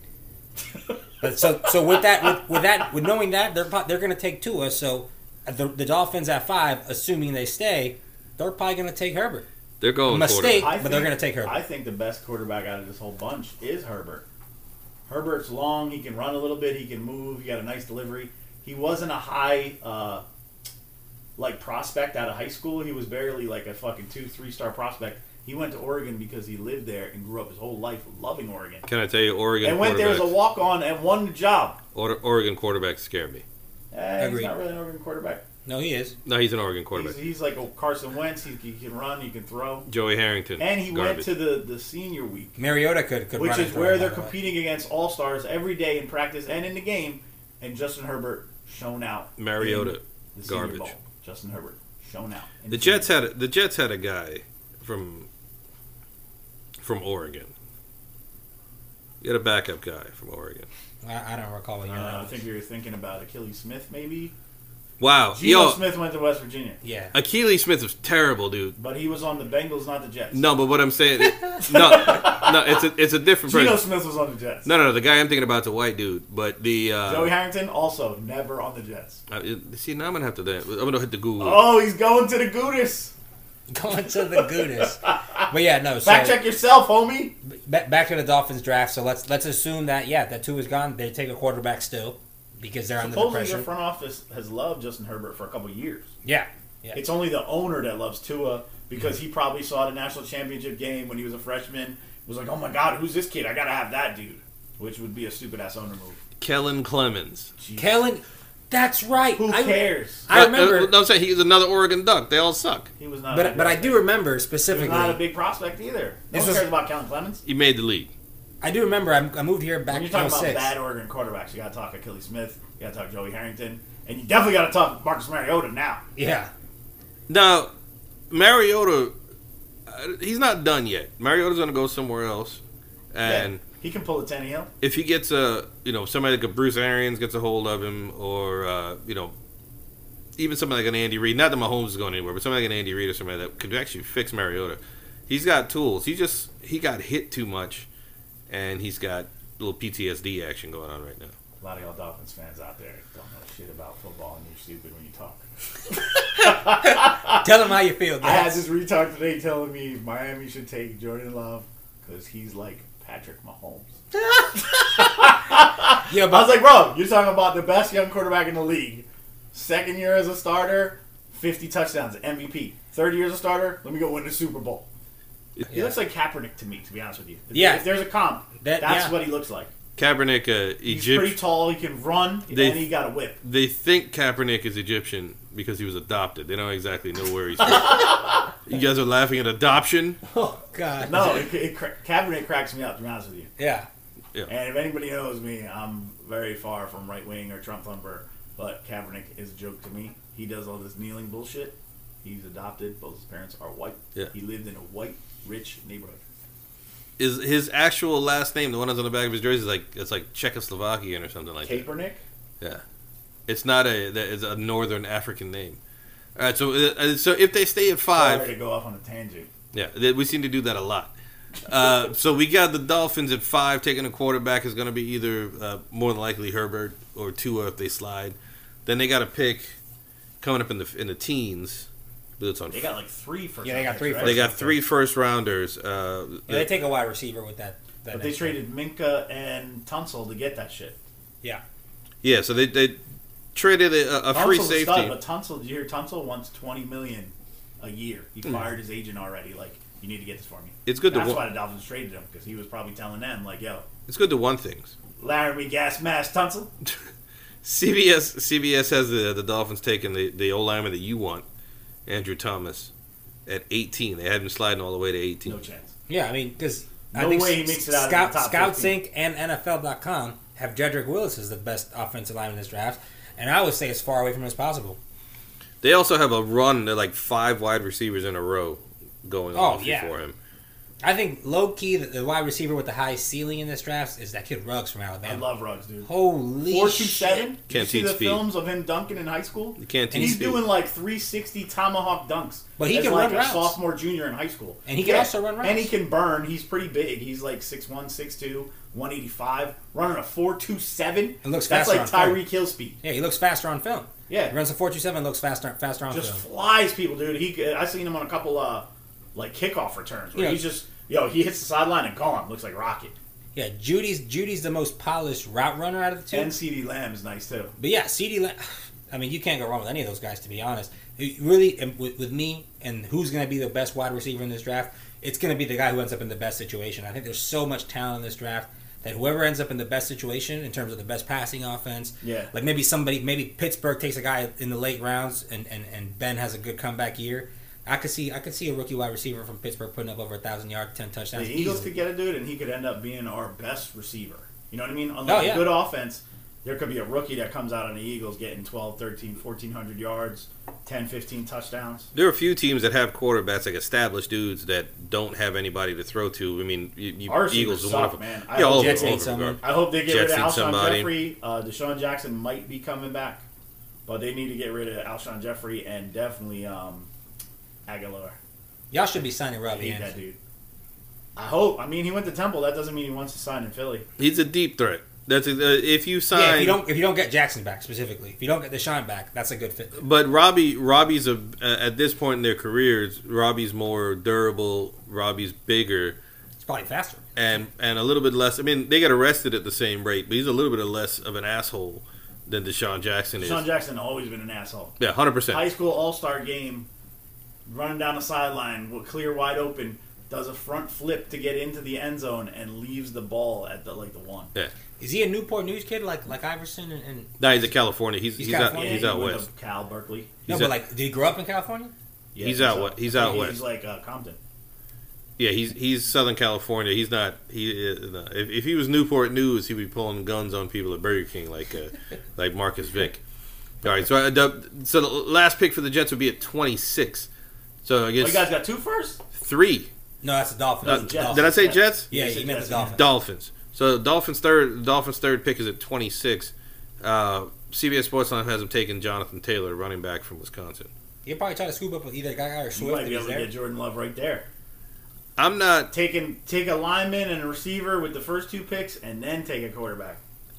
but so so with that with, with that with knowing that they're pro- they're going to take Tua. So the, the Dolphins at five, assuming they stay, they're probably going to take Herbert. They're going Mistake. quarterback. I But they're gonna take Herbert. I think the best quarterback out of this whole bunch is Herbert. Herbert's long. He can run a little bit. He can move. He got a nice delivery. He wasn't a high, uh, like prospect out of high school. He was barely like a fucking two, three star prospect. He went to Oregon because he lived there and grew up his whole life loving Oregon. Can I tell you, Oregon And went there as a quarterbacks? walk on and won the job. Or- Oregon quarterbacks scare me. Eh, he's Agreed. not really an Oregon quarterback. No, he is. No, he's an Oregon He's, quarterback. he's like a Carson Wentz. He, he can run. He can throw. Joey Harrington. And he garbage. went to the, the senior week. Mariota could could which run is it for where him, by they're the way. competing against all stars every day in practice and in the game. And Justin Herbert shown out. Mariota. in the Senior garbage. Bowl. Justin Herbert shown out. in The Senior Jets had a, the Jets had a guy from from Oregon. You had a backup guy from Oregon. I, I don't recall what Bowl. year Uh, that I was. think you were thinking about Achilles Smith, maybe. Wow, Geno yo, Smith went to West Virginia, Yeah. Akili Smith was terrible, dude. but he was on the Bengals, not the Jets. No, but what I'm saying, is, no, no, it's a it's a different Geno person. Smith was on the Jets. No, no, no, the guy I'm thinking about is a white dude, but the Joey uh, Harrington also never on the Jets. uh, see now I'm gonna have to I'm gonna hit the Google. Oh, he's going to the Gooders. Going to the Goodis. But yeah, no. So Fact check yourself, homie. ba- back to the Dolphins draft. So let's let's assume that yeah, that two is gone. They take a quarterback still because they're under the Supposedly pressure. their front office has loved Justin Herbert for a couple years. yeah. Yeah. It's only the owner that loves Tua because he probably saw the national championship game when he was a freshman. Was like, oh my god, who's this kid? I gotta have that dude. Which would be a stupid ass owner move. Kellen Clemens. Jeez. Kellen, that's right. Who I, cares? I No, remember, no, I'm saying he's another Oregon Duck. They all suck. He was not. a but but I prospect. do remember He was not a specifically. big prospect either. No This one was- cares about Kellen Clemens. He made the league. I do remember. I'm, I moved here When back in you're talking about 06. bad Oregon quarterbacks, you gotta talk Achilles Smith. You gotta talk Joey Harrington, and you definitely gotta talk Marcus Mariota now. Yeah. Now, Mariota, uh, he's not done yet. Mariota's going to go somewhere else, and Yeah. he can pull a ten heel. if he gets a, you know, somebody like a Bruce Arians gets a hold of him, or uh, you know, even somebody like an Andy Reid. Not that Mahomes is going anywhere, but somebody like an Andy Reid or somebody that could actually fix Mariota. He's got tools. He just he got hit too much, and he's got a little PTSD action going on right now. A lot of y'all Dolphins fans out there don't know shit about football, and you're stupid when you talk. Tell them how you feel. I had Guys. this retard today telling me Miami should take Jordan Love because he's like Patrick Mahomes. Yeah, I was but like, bro, you're talking about the best young quarterback in the league. Second year as a starter, 50 touchdowns, MVP. Third year as a starter, let me go win the Super Bowl. He Yeah. looks like Kaepernick to me, to be honest with you. If- Yeah. If there's a comp, That- that's yeah. what he looks like. Kaepernick, uh, He's Egypt. pretty tall. He can run, They- and he got a whip. They think Kaepernick is Egyptian because he was adopted. They don't exactly know where he's from. you guys are laughing at adoption. oh god. No, it, it, cra- Kaepernick cracks me up, to be honest with you. Yeah. And if anybody knows me, I'm very far from right wing or Trump thumper, but Kaepernick is a joke to me. He does all this kneeling bullshit. He's adopted. Both his parents are white. Yeah. He lived in a white, rich neighborhood. Is his actual last name, the one that's on the back of his jersey, is like it's like Czechoslovakian or something like that. Kaepernick? It's not a that is a northern African name. All right, so uh, so if they stay at five, Sorry to go off on a tangent. Yeah, th- we seem to do that a lot. Uh, so we got the Dolphins at five, taking a quarterback is going to be either uh, more than likely Herbert or Tua if they slide. Then they got a pick coming up in the in the teens, but it's on. They got like three first. Yeah, they got rounders, three right? first. they got three first rounders. Uh, Yeah, they take a wide receiver with that. that But they next traded Minka and Tunsil to get that shit. yeah, so they they traded a, a free Tunsil's safety. stud, but Tunsil, did you hear Tunsil wants twenty million a year. He fired his agent already. Like, you need to get this for me. it's Hmm. good to That's wa- why the Dolphins traded him because he was probably telling them like, "Yo, it's good to one things. Laramie gas mask Tunsil." CBS CBS has the the Dolphins taking the the O lineman that you want, Andrew Thomas, at eighteen. They had him sliding all the way to eighteen. No chance. Yeah, I mean, because No way he makes it out of the Scout, top Scout 15. Sync and NFL.com have Jedrick Willis as the best offensive lineman in this draft, and I would say as far away from him as possible. They also have a run. They're like five wide receivers in a row going Oh, off yeah. before him. I think low key the, the wide receiver with the highest ceiling in this draft is that kid Ruggs from I Alabama. love Ruggs, dude. Oh. Holy Four two shit. seven. Did you Can't see teach the speed. films of him dunking in high school? You can't And teach he's speed. doing like 360 tomahawk dunks. But he as, can like run a routes. sophomore, junior in high school, And he can also run And he routes. can burn. He's pretty big. He's like 6'1", 6'2", 185, running a four two seven. It looks that's like faster on film. Tyreek Hill speed. Yeah, he looks faster on film. Yeah. He runs a 427 looks faster faster on Just film. flies people, dude. He I seen him on a couple uh like kickoff returns where Yeah. he's just yo he hits the sideline and gone. Looks like rocket. Yeah, Judy's Judy's the most polished route runner out of the two. And CD Lamb is nice too. But yeah, CD Lamb. I mean, you can't go wrong with any of those guys, to be honest. It really, and with, with me and who's going to be the best wide receiver in this draft, it's going to be the guy who ends up in the best situation. I think there's so much talent in this draft that whoever ends up in the best situation in terms of the best passing offense, Yeah. like maybe somebody, maybe Pittsburgh takes a guy in the late rounds, and, and, and Ben has a good comeback year. I could see, I could see a rookie wide receiver from Pittsburgh putting up over a thousand yards, ten touchdowns. the Eagles easily. could get a dude, and he could end up being our best receiver. You know what I mean? Unlike Oh, yeah. a good offense, there could be a rookie that comes out on the Eagles getting 12, 13, 1,400 yards, 10, 15 touchdowns. There are a few teams that have quarterbacks, like established dudes, that don't have anybody to throw to. I mean, you, you, Our Eagles receivers are one of suck, them. man. I Yeah, hope all of Jets them. all need of them someone. I hope they get Jets rid need of Alshon somebody. Jeffrey. Uh, Deshaun Jackson might be coming back, but they need to get rid of Alshon Jeffrey and definitely um, Aguilar. Y'all should be signing I Robbie hate that Anderson. dude. I hope. I mean, he went to Temple. That doesn't mean he wants to sign in Philly. He's a deep threat. That's a, uh, if you sign. Yeah, if you don't, if you don't get Jackson back specifically, if you don't get Deshaun back, that's a good fit. But Robbie, Robbie's a, uh, at this point in their careers, Robbie's more durable. Robbie's bigger It's probably faster. and and a little bit less. I mean, they got arrested at the same rate, but he's a little bit less of an asshole than Deshaun Jackson is. Deshaun Jackson always been an asshole. yeah, hundred percent. high school all star game, running down the sideline, with clear wide open, does a front flip to get into the end zone and leaves the ball at the like the one. Yeah, Is he a Newport News kid like like Iverson and, and no, he's a California. He's He's he's, out, California. he's he out went west. to Cal Berkeley. no, He's but a- like did he grow up in California? He's out we- he's out west. He's like uh, Compton. Yeah, he's he's Southern California. He's not. He uh, no. if if he was Newport News, he'd be pulling guns on people at Burger King like uh, like Marcus Vick. All right, so I, the, so the last pick for the Jets would be at twenty six. So I Oh, guess you guys got two first. three. No, that's the Uh, Dolphins. the Jets. Did I say Yeah. Jets? yeah, You said he meant the Jets, Dolphins. Dolphins. So Dolphins third Dolphins third pick is at twenty six. Uh, CBS Sportsline has him taking Jonathan Taylor, running back from Wisconsin. He'll probably try to scoop up with either guy or You Swift might if be he's able to there. get Jordan Love right there. I'm not Take him, take a lineman and a receiver with the first two picks, and then take a quarterback.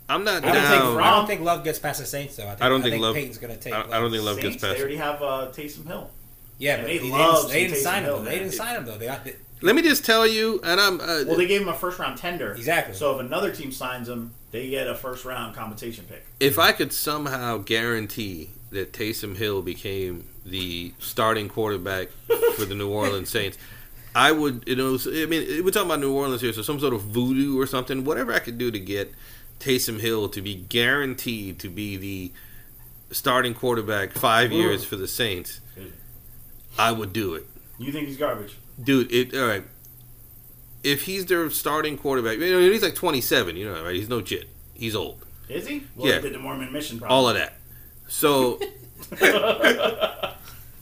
I'm not I don't, think, down. I don't think Love gets past the Saints though. I, think, I don't think Love- Peyton's gonna take. I Love. don't- I don't think Love Saints, gets past. They already have uh, Taysom Hill. Yeah, Yeah, but they they, love didn't, they didn't Taysom sign him. Hill, though. man. They didn't sign him though. They got they, Let me just tell you, and I'm uh, Well, they gave him a first round tender. Exactly. So if another team signs him, they get a first round compensation pick. If I could somehow guarantee that Taysom Hill became the starting quarterback for the New Orleans Saints, I would. You know, I mean, we're talking about New Orleans here, so some sort of voodoo or something, whatever I could do to get Taysom Hill to be guaranteed to be the starting quarterback five years for the Saints, I would do it, You think he's garbage? dude. It all right. If he's their starting quarterback, you know, he's like twenty-seven. You know, that, right? He's no chit. He's old. Is he? Well, he Yeah. did the Mormon mission problem. all of that. So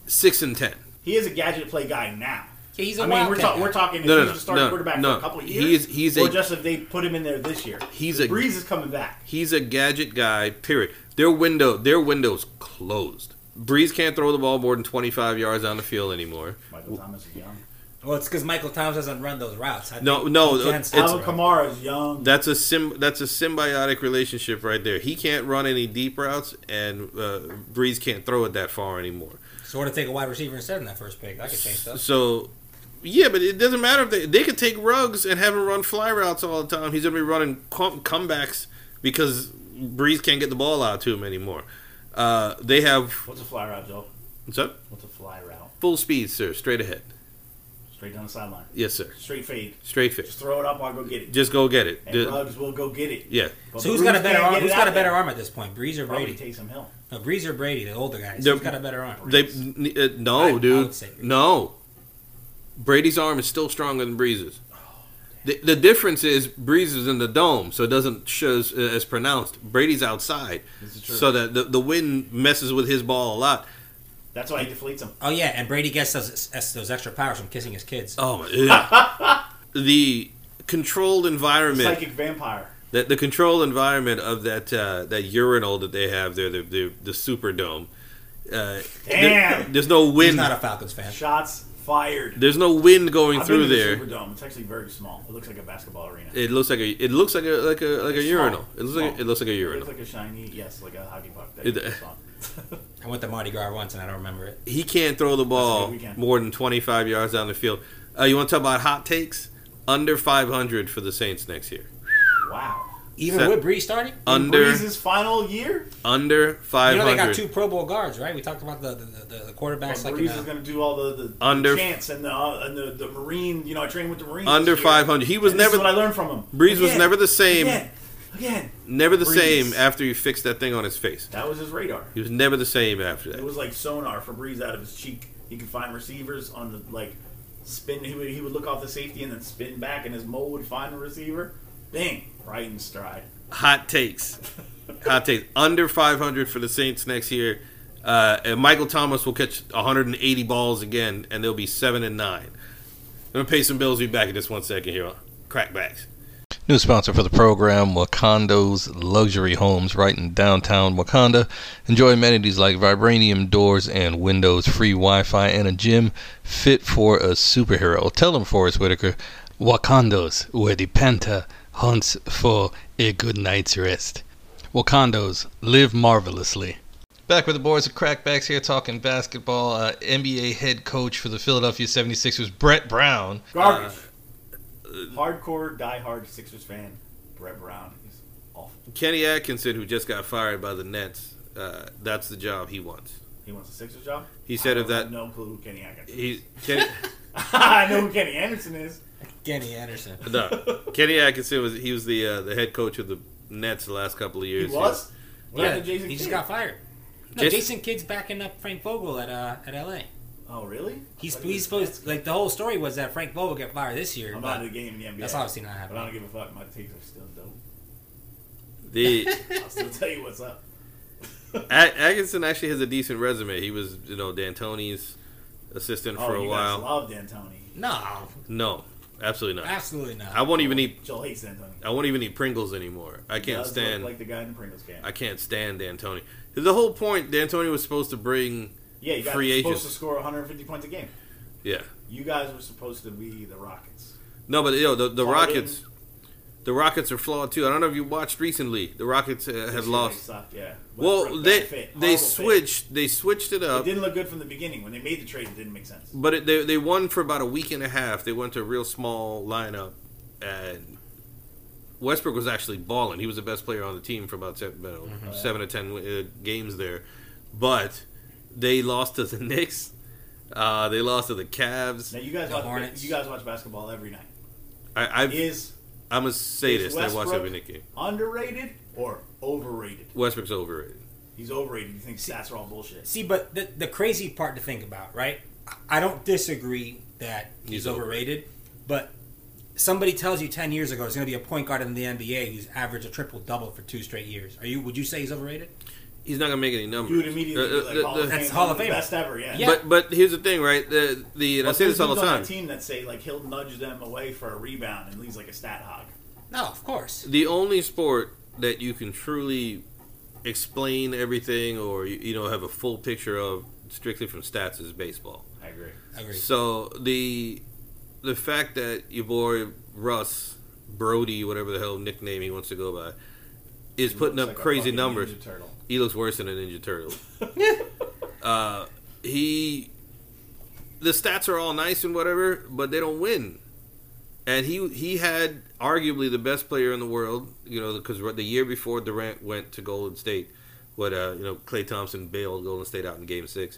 six and ten. He is a gadget play guy now. yeah, he's a I mean, wildcat. we're, ta- we're talking if No, no, he's no, the starting no, quarterback no. for a couple of He years, is- he's or a- just if they put him in there this year. He's The a- Breeze is coming back. He's a gadget guy. Period. Their window, their window's closed. Breeze can't throw the ball more than twenty five yards on the field anymore. Michael Thomas is young. well, it's because Michael Thomas doesn't run those routes. I No, think no, he can it's- stop Alvin him. Kamara is young. That's a sym- That's a symbiotic relationship right there. He can't run any deep routes, and uh, Breeze can't throw it that far anymore. sort of take a wide receiver instead in that first pick. I could change stuff. So, yeah, but it doesn't matter if they they could take rugs and have him run fly routes all the time. He's gonna be running com- comebacks because Breeze can't get the ball out to him anymore. Uh, they have What's a fly route, Joe? what's up? What's a fly route? Full speed, sir. Straight ahead. Straight down the sideline. Yes, sir. Straight fade. Straight fit. Just throw it up. I'll go get it. Just go get it. And Ju- Ruggs will go get it. yeah. But So who's got a Breeze better can't arm? get it Who's got a out better there. arm at this point, Breeze or Probably Brady? Taysom Hill. No, Breeze or Brady, the older guys. They're- Who's got a better arm? They uh, no, I- I would dude. say Breeze. Oh, no. Brady's arm is still stronger than Breeze's. The, the difference is Breeze is in the dome, so it doesn't show as, as pronounced. Brady's outside, This is true. so that the, the wind messes with his ball a lot. That's why he deflates him. Oh yeah, and Brady gets those es- those extra powers from kissing his kids. Oh, my the controlled environment, Psychic vampire. that the controlled environment of that uh, that urinal that they have there, the the, the Superdome. Uh, there- Damn. there's no He's wind. not a Falcons fan. Shots fired. there's no wind going I've through been to there. The Superdome. It's actually very small. It looks like a basketball arena. It looks like a. It looks like a like a like a It's urinal. It small. looks like a, Small. it looks like a It looks urinal. like a shiny, yes, like a hockey puck. That It- you just saw. I went to Mardi Gras once and I don't remember it. He can't throw the ball we can. more than 25 yards down the field. Uh, you want to talk about hot takes? Under 500 for the Saints next year. wow. Even So- with Bree starting, Under Breeze's final year. under you 500. know they got two Pro Bowl guards, right? We talked about the the, the, the quarterbacks And like Breeze in, is uh, going to do all the, the Under- chants and the uh, and the, the Marine. You know, I trained with the Marines. under this year. 500. He was And this is never what I learned from him. Breeze was never the same. Again, again. never the Breeze. same after he fixed that thing on his face. That was his radar. He was never the same after It that. was like sonar for Breeze out of his cheek. He could find receivers on the like spin. He would, he would look off the safety and then spin back, and his mole would find a receiver. Bang! Right in stride. Hot takes. Hot takes. Under 500 for the Saints next year. Uh, and Michael Thomas will catch 180 balls again, and they'll be 7 and 9. I'm going to pay some bills. Be back in just one second here on Crackbacks. New sponsor for the program, Wakando's Luxury Homes, right in downtown Wakanda. Enjoy amenities like vibranium doors and windows, free Wi Fi, and a gym fit for a superhero. Tell them, Forrest Whitaker, Wakando's, where the panther hunts for a good night's rest. Wakando's, live marvelously. Back with the boys of Crackbacks here talking basketball. Uh, NBA head coach for the Philadelphia 76ers, Brett Brown. Garbage. Uh, Hardcore, diehard Sixers fan. Brett Brown is awful. Kenny Atkinson, who just got fired by the Nets, uh, that's the job he wants. He wants a Sixers job. He said I of that- have No clue who Kenny Atkinson. Is. He Kenny, I know who Kenny Anderson is. Kenny Anderson. no, Kenny Atkinson was he was the uh, the head coach of the Nets the last couple of He years. was. What Yeah, happened to he Jason just Kidd? got fired. No, Jason- Jason Kidd's backing up Frank Vogel at uh, at LA. Oh really? He's, I thought he he's was- supposed like the whole story was that Frank Vogel got fired this year. I'm but out of the game in the NBA. that's obviously not But I happening. don't give a fuck. My takes are still dope. The I'll still tell you what's up. A- Atkinson actually has a decent resume. He was you know D'Antoni's assistant for oh, a you while. guys love D'Antoni. No, No, absolutely not. absolutely not. I won't even eat. Joel hates D'Antoni. I won't even eat Pringles anymore. I can't Does look stand. like the guy in the Pringles can. I can't stand D'Antoni. The whole point D'Antoni was supposed to bring. Yeah, you guys Free were supposed agents. to score 150 points a game. Yeah. You guys were supposed to be the Rockets. No, but you know, the the Harden. Rockets. The Rockets are flawed too. I don't know if you watched recently. The Rockets uh, have They lost. sucked, yeah. Well, Westbrook, they bad fit. they Horrible switched. They switched it Fit. It up. didn't look good from the beginning when they made the trade. It didn't make sense. But it, they they won for about a week and a half. They went to a real small lineup, and Westbrook was actually balling. He was the best player on the team for about seven, you know, Mm-hmm. seven or ten uh, games there. But they lost to the Knicks. Uh, they lost to the Cavs. Now you guys The watch, Hornets. you guys watch basketball every night. I, I've, Is I'm gonna say is this. and I watch Westbrook- every Knicks game. underrated or overrated? Westbrook's overrated. He's overrated. He thinks stats are all bullshit. See, but the, the crazy part to think about, right? I I don't disagree that he's, He's overrated, but somebody tells you ten years ago there's going to be a point guard in the NBA who's averaged a triple double for two straight years. Are you? Would you say he's overrated? He's not gonna make any numbers. You would immediately Uh, uh, the- be like, Hall the- of That's Fame, Hall one of Fame. the best ever. Yeah. Yeah. But but here's the thing, right? The the and I Well, say this there's all the dudes on time. that team that say like he'll nudge them away for a rebound and leaves like a stat hog. No, of course. The only sport that you can truly explain everything or you, you know have a full picture of strictly from stats is baseball. I agree. I agree. So the the fact that your boy Russ Brody, whatever the hell nickname he wants to go by, is putting up Looks like a crazy fucking numbers. Ninja Turtle. He looks worse than a Ninja Turtle. uh, he, the stats are all nice and whatever, but they don't win. And he he had arguably the best player in the world, you know, because the year before Durant went to Golden State, what uh, you know, Clay Thompson bailed Golden State out in Game Six.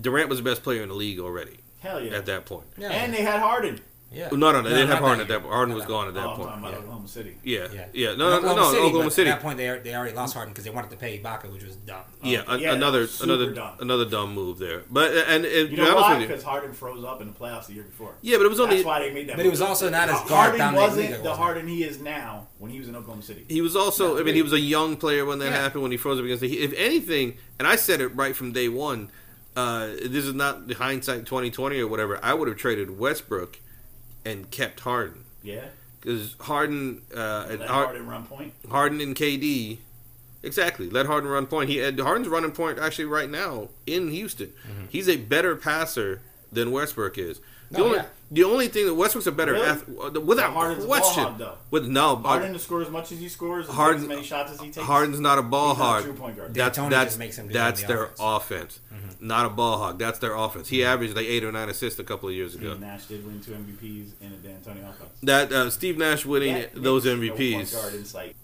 Durant was the best player in the league already Hell yeah. at that point. Yeah. And they had Harden. Yeah. No, no, they No, didn't have not Harden at that that year. point. Harden was gone at oh, that I'm point. talking about yeah. Oklahoma City. Yeah, yeah. No, And no, no, no, but Oklahoma City. At that point, they, al- they already lost Harden because they wanted to pay Ibaka, which was dumb. Yeah, a- Um, Yeah, another super another dumb. another dumb move there. But uh, and, and You to be know honest why? with you- Because Harden froze up in the playoffs the year before. yeah, but it was only That's why they made that. But move. it was also not as guard Harden dominant. wasn't league it the was. Harden he is now when he was in Oklahoma City. He was also, I mean, he was a young player when that Yeah. happened, when he froze up against the Heat. If anything, and I said it right from day one, uh, this is not the hindsight 2020 or whatever. I would have traded Westbrook and kept Harden. Yeah, Because Harden, uh, and let Har- Harden run point. Harden and KD, exactly. Let Harden run point. He had, Harden's running point actually right now in Houston. Mm-hmm. He's a better passer than Westbrook is. The Oh, only yeah. the only thing that Westbrook's a better Really? ath- uh, without But Harden's a ball question. hog, though. with no uh, Harden to score as much as he scores, and Harden- take as many shots as he takes. Harden's not a ball He's not a hog. true point guard. That's D'Antoni that's just makes him do that's the their offense. offense. Mm-hmm. Not a ball hog. That's their offense. He averaged like eight or nine assists a couple of years ago. Steve Mm-hmm. Nash did win two MVPs in a D'Antoni offense. That uh, Steve Nash winning That those makes no point MVPs. guard in sight.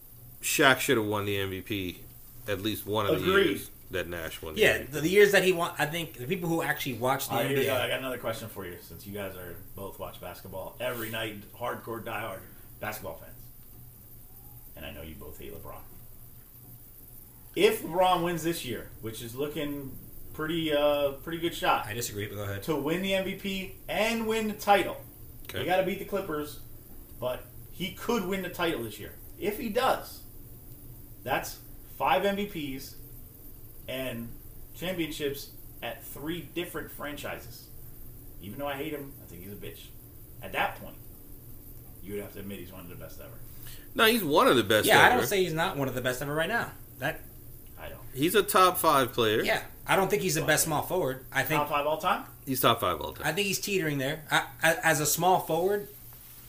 Shaq should have won the MVP at least one of the Agreed. years that Nash won. The Yeah, MVP. the, the years that he won, I think the people who actually watched the All right, Oh, here we NBA. go. I got another question for you, since you guys are both watch basketball every night, hardcore, diehard basketball fans, and I know you both hate LeBron. If LeBron wins this year, which is looking pretty, uh, pretty good shot I disagree, but go ahead. to win the MVP and win the title, Okay. they got to beat the Clippers, but he could win the title this year. If he does, that's five MVPs and championships at three different franchises. Even though I hate him, I think he's a bitch. At that point, you would have to admit he's one of the best ever. No, he's one of the best. Yeah, I ever. don't say he's not one of the best ever right now. That I don't. he's a top five player. yeah, I don't think he's the best small forward. I think Top five all time? he's top five all time. I think he's teetering there. I, I, as a small forward,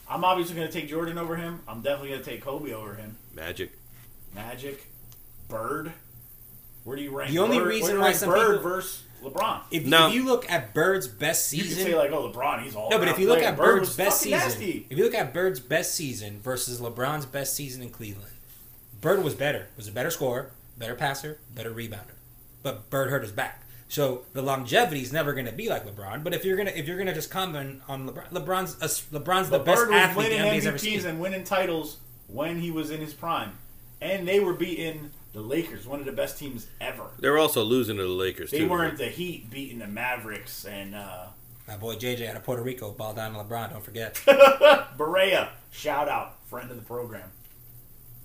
I'm obviously going to take Jordan over him. I'm definitely going to take Kobe over him. Magic. Magic, Bird. Where do you rank? The only Bird, reason where do you why rank some Bird people- versus LeBron. if, No. if you look at Bird's best you season, can say like, oh, LeBron, he's all. No, but if around you look player. at Bird Bird's was best fucking season, nasty. if you look at Bird's best season versus LeBron's best season in Cleveland, Bird was better. Was a better scorer, better passer, better rebounder. But Bird hurt his back. So the longevity is never going to be like LeBron. But if you're gonna if you're gonna just comment on LeBron, LeBron's a, LeBron's the But best Bird was athlete the winning NBA's ever seen. MVPs and winning titles when he was in his prime, and they were beating the Lakers, one of the best teams ever. They're also losing to the Lakers. They too. weren't the Heat beating the Mavericks and uh, My boy JJ out of Puerto Rico, ball down to LeBron. Don't forget. Berea. Shout out, friend of the program.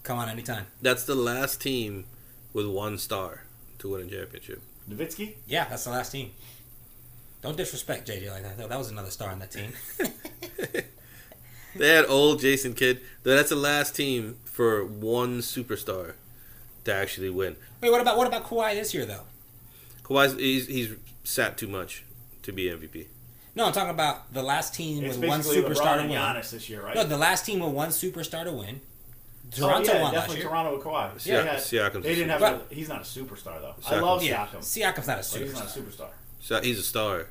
Come on anytime. That's the last team with one star to win a championship. Nowitzki, Yeah, that's the last team. Don't disrespect JJ like that. though. That was another star on that team. They had old Jason Kidd. Though That's the last team for one superstar to actually win. Wait, what about what about Kawhi this year though? Kawhi's he's, he's sat too much to be MVP. No, I'm talking about the last team it's with one basically superstar LeBron to and win. Giannis this year, right? No, the last team with one superstar to win. Oh, Toronto yeah, won last definitely year. Toronto with Kawhi. Yeah, they, had, Siakam's they a didn't have. superstar. a- he's not a superstar though. I Siakam. love Yeah, Siakam, Siakam's not a but he's not a superstar, superstar. So he's a star.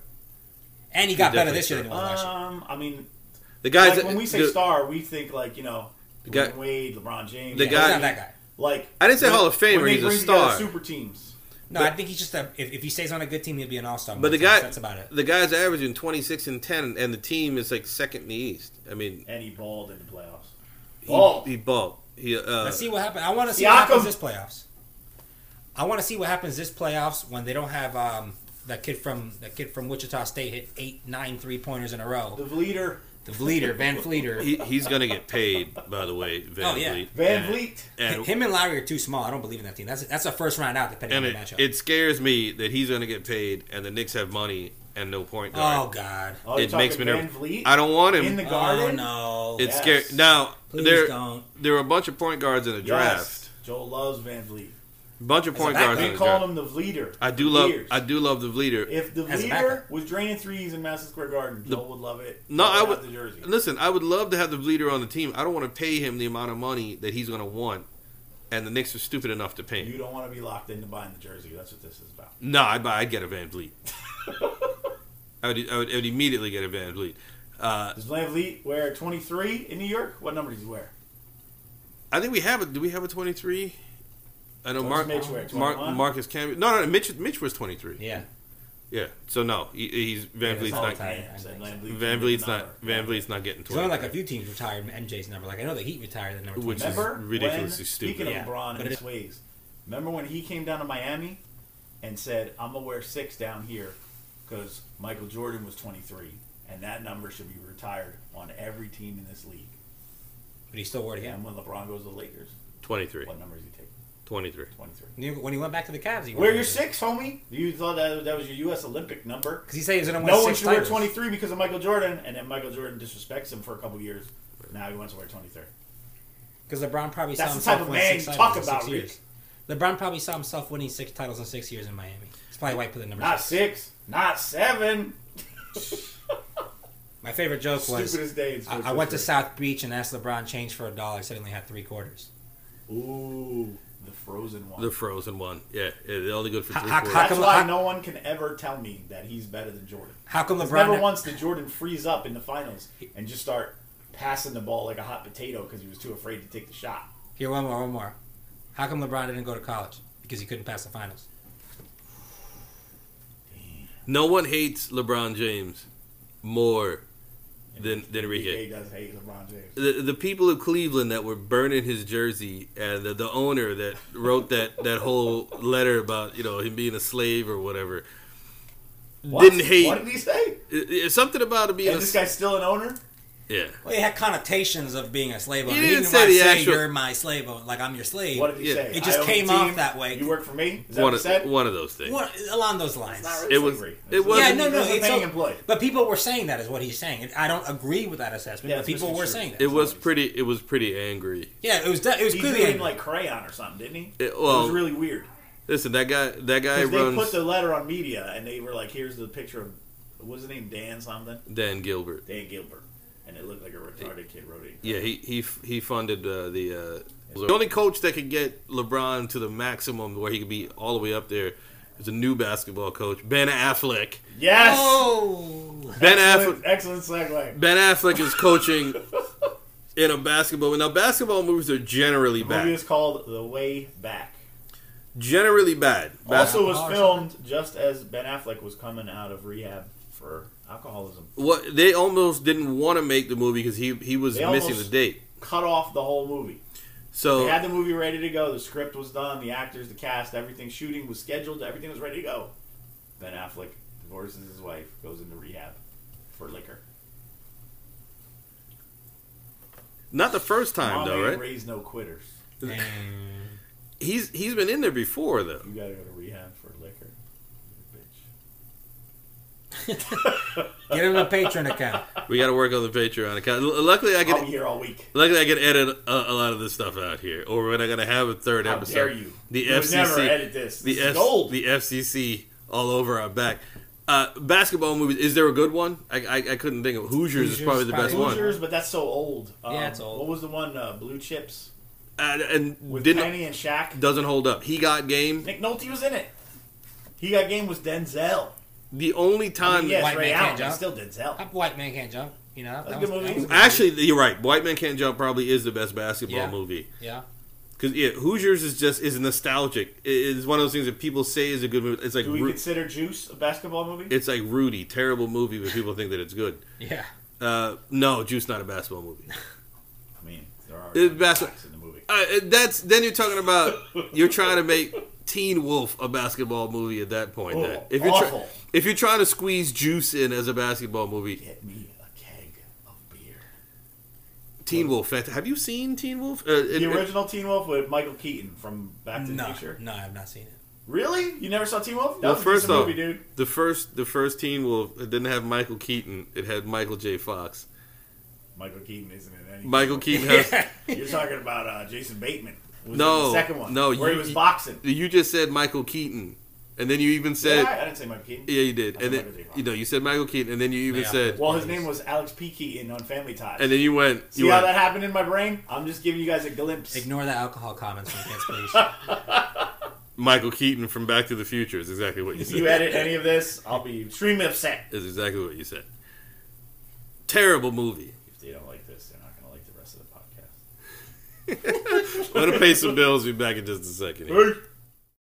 and he got He better definitely this year than he was last year. Um, I mean, The guys like that- when we say the- star, we think like you know, guy- Dwayne Wade, LeBron James. The Yeah, guy- he's not that guy. Like I didn't say Hall of Famer, when they he's a bring together star. Super teams. No, But- I think he's just a. If, if he stays on a good team, he'll be an all star. But the guy, that's about it. The guy's averaging twenty six and ten, and the team is like second in the East. I mean, And he balled in the playoffs. he, Ball. he balled. He, uh, Let's see what happens. I want to see Siakam. what happens this playoffs. I want to see what happens this playoffs when they don't have um, that kid from that kid from Wichita State hit eight, nine three pointers in a row. The leader The Vleeter, Van Vleeter. he, he's gonna get paid, by the way. Van Oh, yeah. Vliet. Van And- Vliet. And, Him and Lowry are too small. I don't believe in that team. That's that's a first round out depending and on it, the matchup. it scares me that he's gonna get paid, and the Knicks have money and no point oh guard. God. Oh, you're it makes me talking Van nervous. Vliet I don't want him. in the Oh garden. no. it's Yes. scary. Now Please there don't. there were a bunch of point guards in the draft. Yes. Joel loves Van Vliet. Bunch of As a point backup. guards in They the draft. call him the leader. I do for love years. I do love the leader. if the As a leader backup. was draining threes in Madison Square Garden, Joel would love it. No, Joel I have would The jersey. listen. I would love to have the leader on the team. I don't want to pay him the amount of money that he's going to want, and the Knicks are stupid enough to pay You him. don't want to be locked into buying the jersey. That's what this is about. No, I'd buy. I'd get a Van Vliet. I, would, I would. I would immediately get a Van Vliet. Uh, Does Van Vliet wear 23 in New York? What number does he wear? I think we have a. Do we have a twenty three? I know Does Mark, Mitch wear Mark 21? Marcus Camby. No, no, Mitch. Mitch was twenty three. Yeah. Yeah. So no, he, he's Van Yeah, Vliet's it's all not. tied. Yeah, said Van Vliet. Van Vliet's not. Van Vliet's not getting There's only twenty. like a few teams retired MJ's number. Like I know the Heat retired the number. Which is- 20. Remember ridiculously when, stupid. Speaking of Yeah, LeBron but and it- his ways, remember when he came down to Miami and said, "I'm gonna wear six down here because Michael Jordan was 23, and that number should be retired on every team in this league." but he still wore it again. And when LeBron goes to the Lakers, 23. what number does he take? 23. 23. When he- When he went back to the Cavs, he Wear your six, homie. You thought that that was your U.S. Olympic number. because he said he was going to win No one six should wear titles. 23 because of Michael Jordan, and then Michael Jordan disrespects him for a couple years. Now he wants to wear 23. Because LeBron probably saw That's the himself type of win man six you titles talk in about, six years. LeBron probably saw himself winning six titles in six years in Miami. It's probably why he put the number Not six. six, not seven. My favorite joke was Stupidest day in I, sports I went to history. South Beach and asked LeBron change for a dollar. He said he only had three quarters. Ooh, the frozen one. The frozen one. Yeah, yeah they're only good for How- three how- quarters. That's come- why how- no one can ever tell me that he's better than Jordan. How come 'Cause LeBron? Never once did Jordan freeze up in the finals and just start passing the ball like a hot potato because he was too afraid to take the shot. Here, one more, one more. How come LeBron didn't go to college? Because he couldn't pass the finals. no one hates LeBron James more than than Enrique. He does hate LeBron James. The, the people of Cleveland that were burning his jersey, and the, the owner that wrote that, that whole letter about you know him being a slave or whatever, What? didn't hate What did he say? it- it's something about it being And a, this guy's still an owner. yeah. Well, he had connotations of being a slave owner. He He didn't didn't, say want the to say actual- you're my slave owner, like I'm your slave. What did he Yeah. say? It just "I own the came team. off that way. You work for me. Is One that what he of, said? one of those things. What, along those lines. Not It was- slavery. it was- yeah, no, no. It's a It's paying so- employee. but people were saying that is what he's saying. I don't agree with that assessment, Yeah, but it's people were misconstrued. saying that. It was pretty. It was pretty angry. yeah, it was. de- It was He clearly drew in angry. like crayon or something, didn't he? It- it well- was really weird. Listen, that guy. That guy Because they runs put the letter on media, and they were like, "Here's the picture of what's his name, Dan something, Dan Gilbert. Dan Gilbert," and it looked like a retarded kid wrote it. Yeah, he he he funded uh, the uh, the only coach that could get LeBron to the maximum where he could be all the way up there is a new basketball coach, Ben Affleck. Yes, Oh, Ben Affleck. excellent, excellent segue. Ben Affleck is coaching in a basketball. Now basketball movies are generally The movie bad. is called The Way Back. Generally bad. Bas- Also, was Alcohol or filmed just as Ben Affleck was coming out of rehab for alcoholism. what they almost didn't want to make the movie because he he was They missing the almost- date. Cut off the whole movie. They So had the movie ready to go. The script was done. The actors, the cast, everything. Shooting was scheduled. Everything was ready to go. Ben Affleck divorces his wife, goes into rehab for liquor. not the first time Mom though, ain't right? Raised no quitters. Damn. He's he's been in there before though. You gotta go to rehab for liquor, you bitch. get him a patron account. We got to work on the Patreon account. L- luckily, I I get will be here all week. Luckily, I can edit a, a lot of this stuff out here, or we're not gonna have a third How episode. dare you? The you would FCC, never edit this. the This is F- gold. the FCC, all over our back. Uh, basketball movies. Is there a good one? I, I, I couldn't think of. Hoosiers, is Hoosiers probably the best probably- one. Hoosiers, but that's so old. Um, Yeah, it's old. What was the one? Uh, Blue Chips And, and with didn't Penny and Shaq. doesn't hold up. He got game. Nick Nolte was in it. He got game was Denzel. The only I time. mean, yes, White Ray Man Can't Allen, but Jump. still Denzel. That White man can't jump. You know That's a good movie. good Actually, you're right. White Man Can't Jump probably is the best basketball Yeah. movie. yeah. Because yeah, Hoosiers is just is nostalgic. It is one of those things that people say is a good movie. It's like Do we Ru- consider Juice a basketball movie? it's like Rudy, terrible movie, but people think that it's good. Yeah. Uh, no, Juice not a basketball movie. I mean, there are It's basket- facts in the movie. Uh, that's then you're talking about you're trying to make Teen Wolf a basketball movie at that point. Oh, then. If you're try- awful. if you're trying to squeeze Juice in as a basketball movie, Get me a keg of beer. Teen Wolf. fant- Have you seen Teen Wolf? Uh, it- The original Teen Wolf with Michael Keaton from Back to the No, Future. no, I've not seen it. Really? You never saw Teen Wolf? That Well, was a first decent off, movie, dude. the first the first Teen Wolf it didn't have Michael Keaton. It had Michael J. Fox. Michael Keaton isn't in any. Michael Keaton has. You're talking about uh, Jason Bateman. Was No, in the second one. no, where you- he was boxing. You just said Michael Keaton, and then you even said Did I? I didn't say Michael Keaton. yeah, you did, I and said then Michael J. Fox. you know you said Michael Keaton, and then you even Yeah. said Well, his name was Alex P. Keaton on Family Ties. and then you went See you how went, that happened in my brain? I'm just giving you guys a glimpse. Ignore the alcohol comments from kids, please. Michael Keaton from Back to the Future is exactly what you If said. you edit any of this, I'll be extremely upset. is exactly what you said. Terrible movie. If they don't like this, they're not going to like the rest of the podcast. I'm gonna pay some bills. Be back in just a second. here.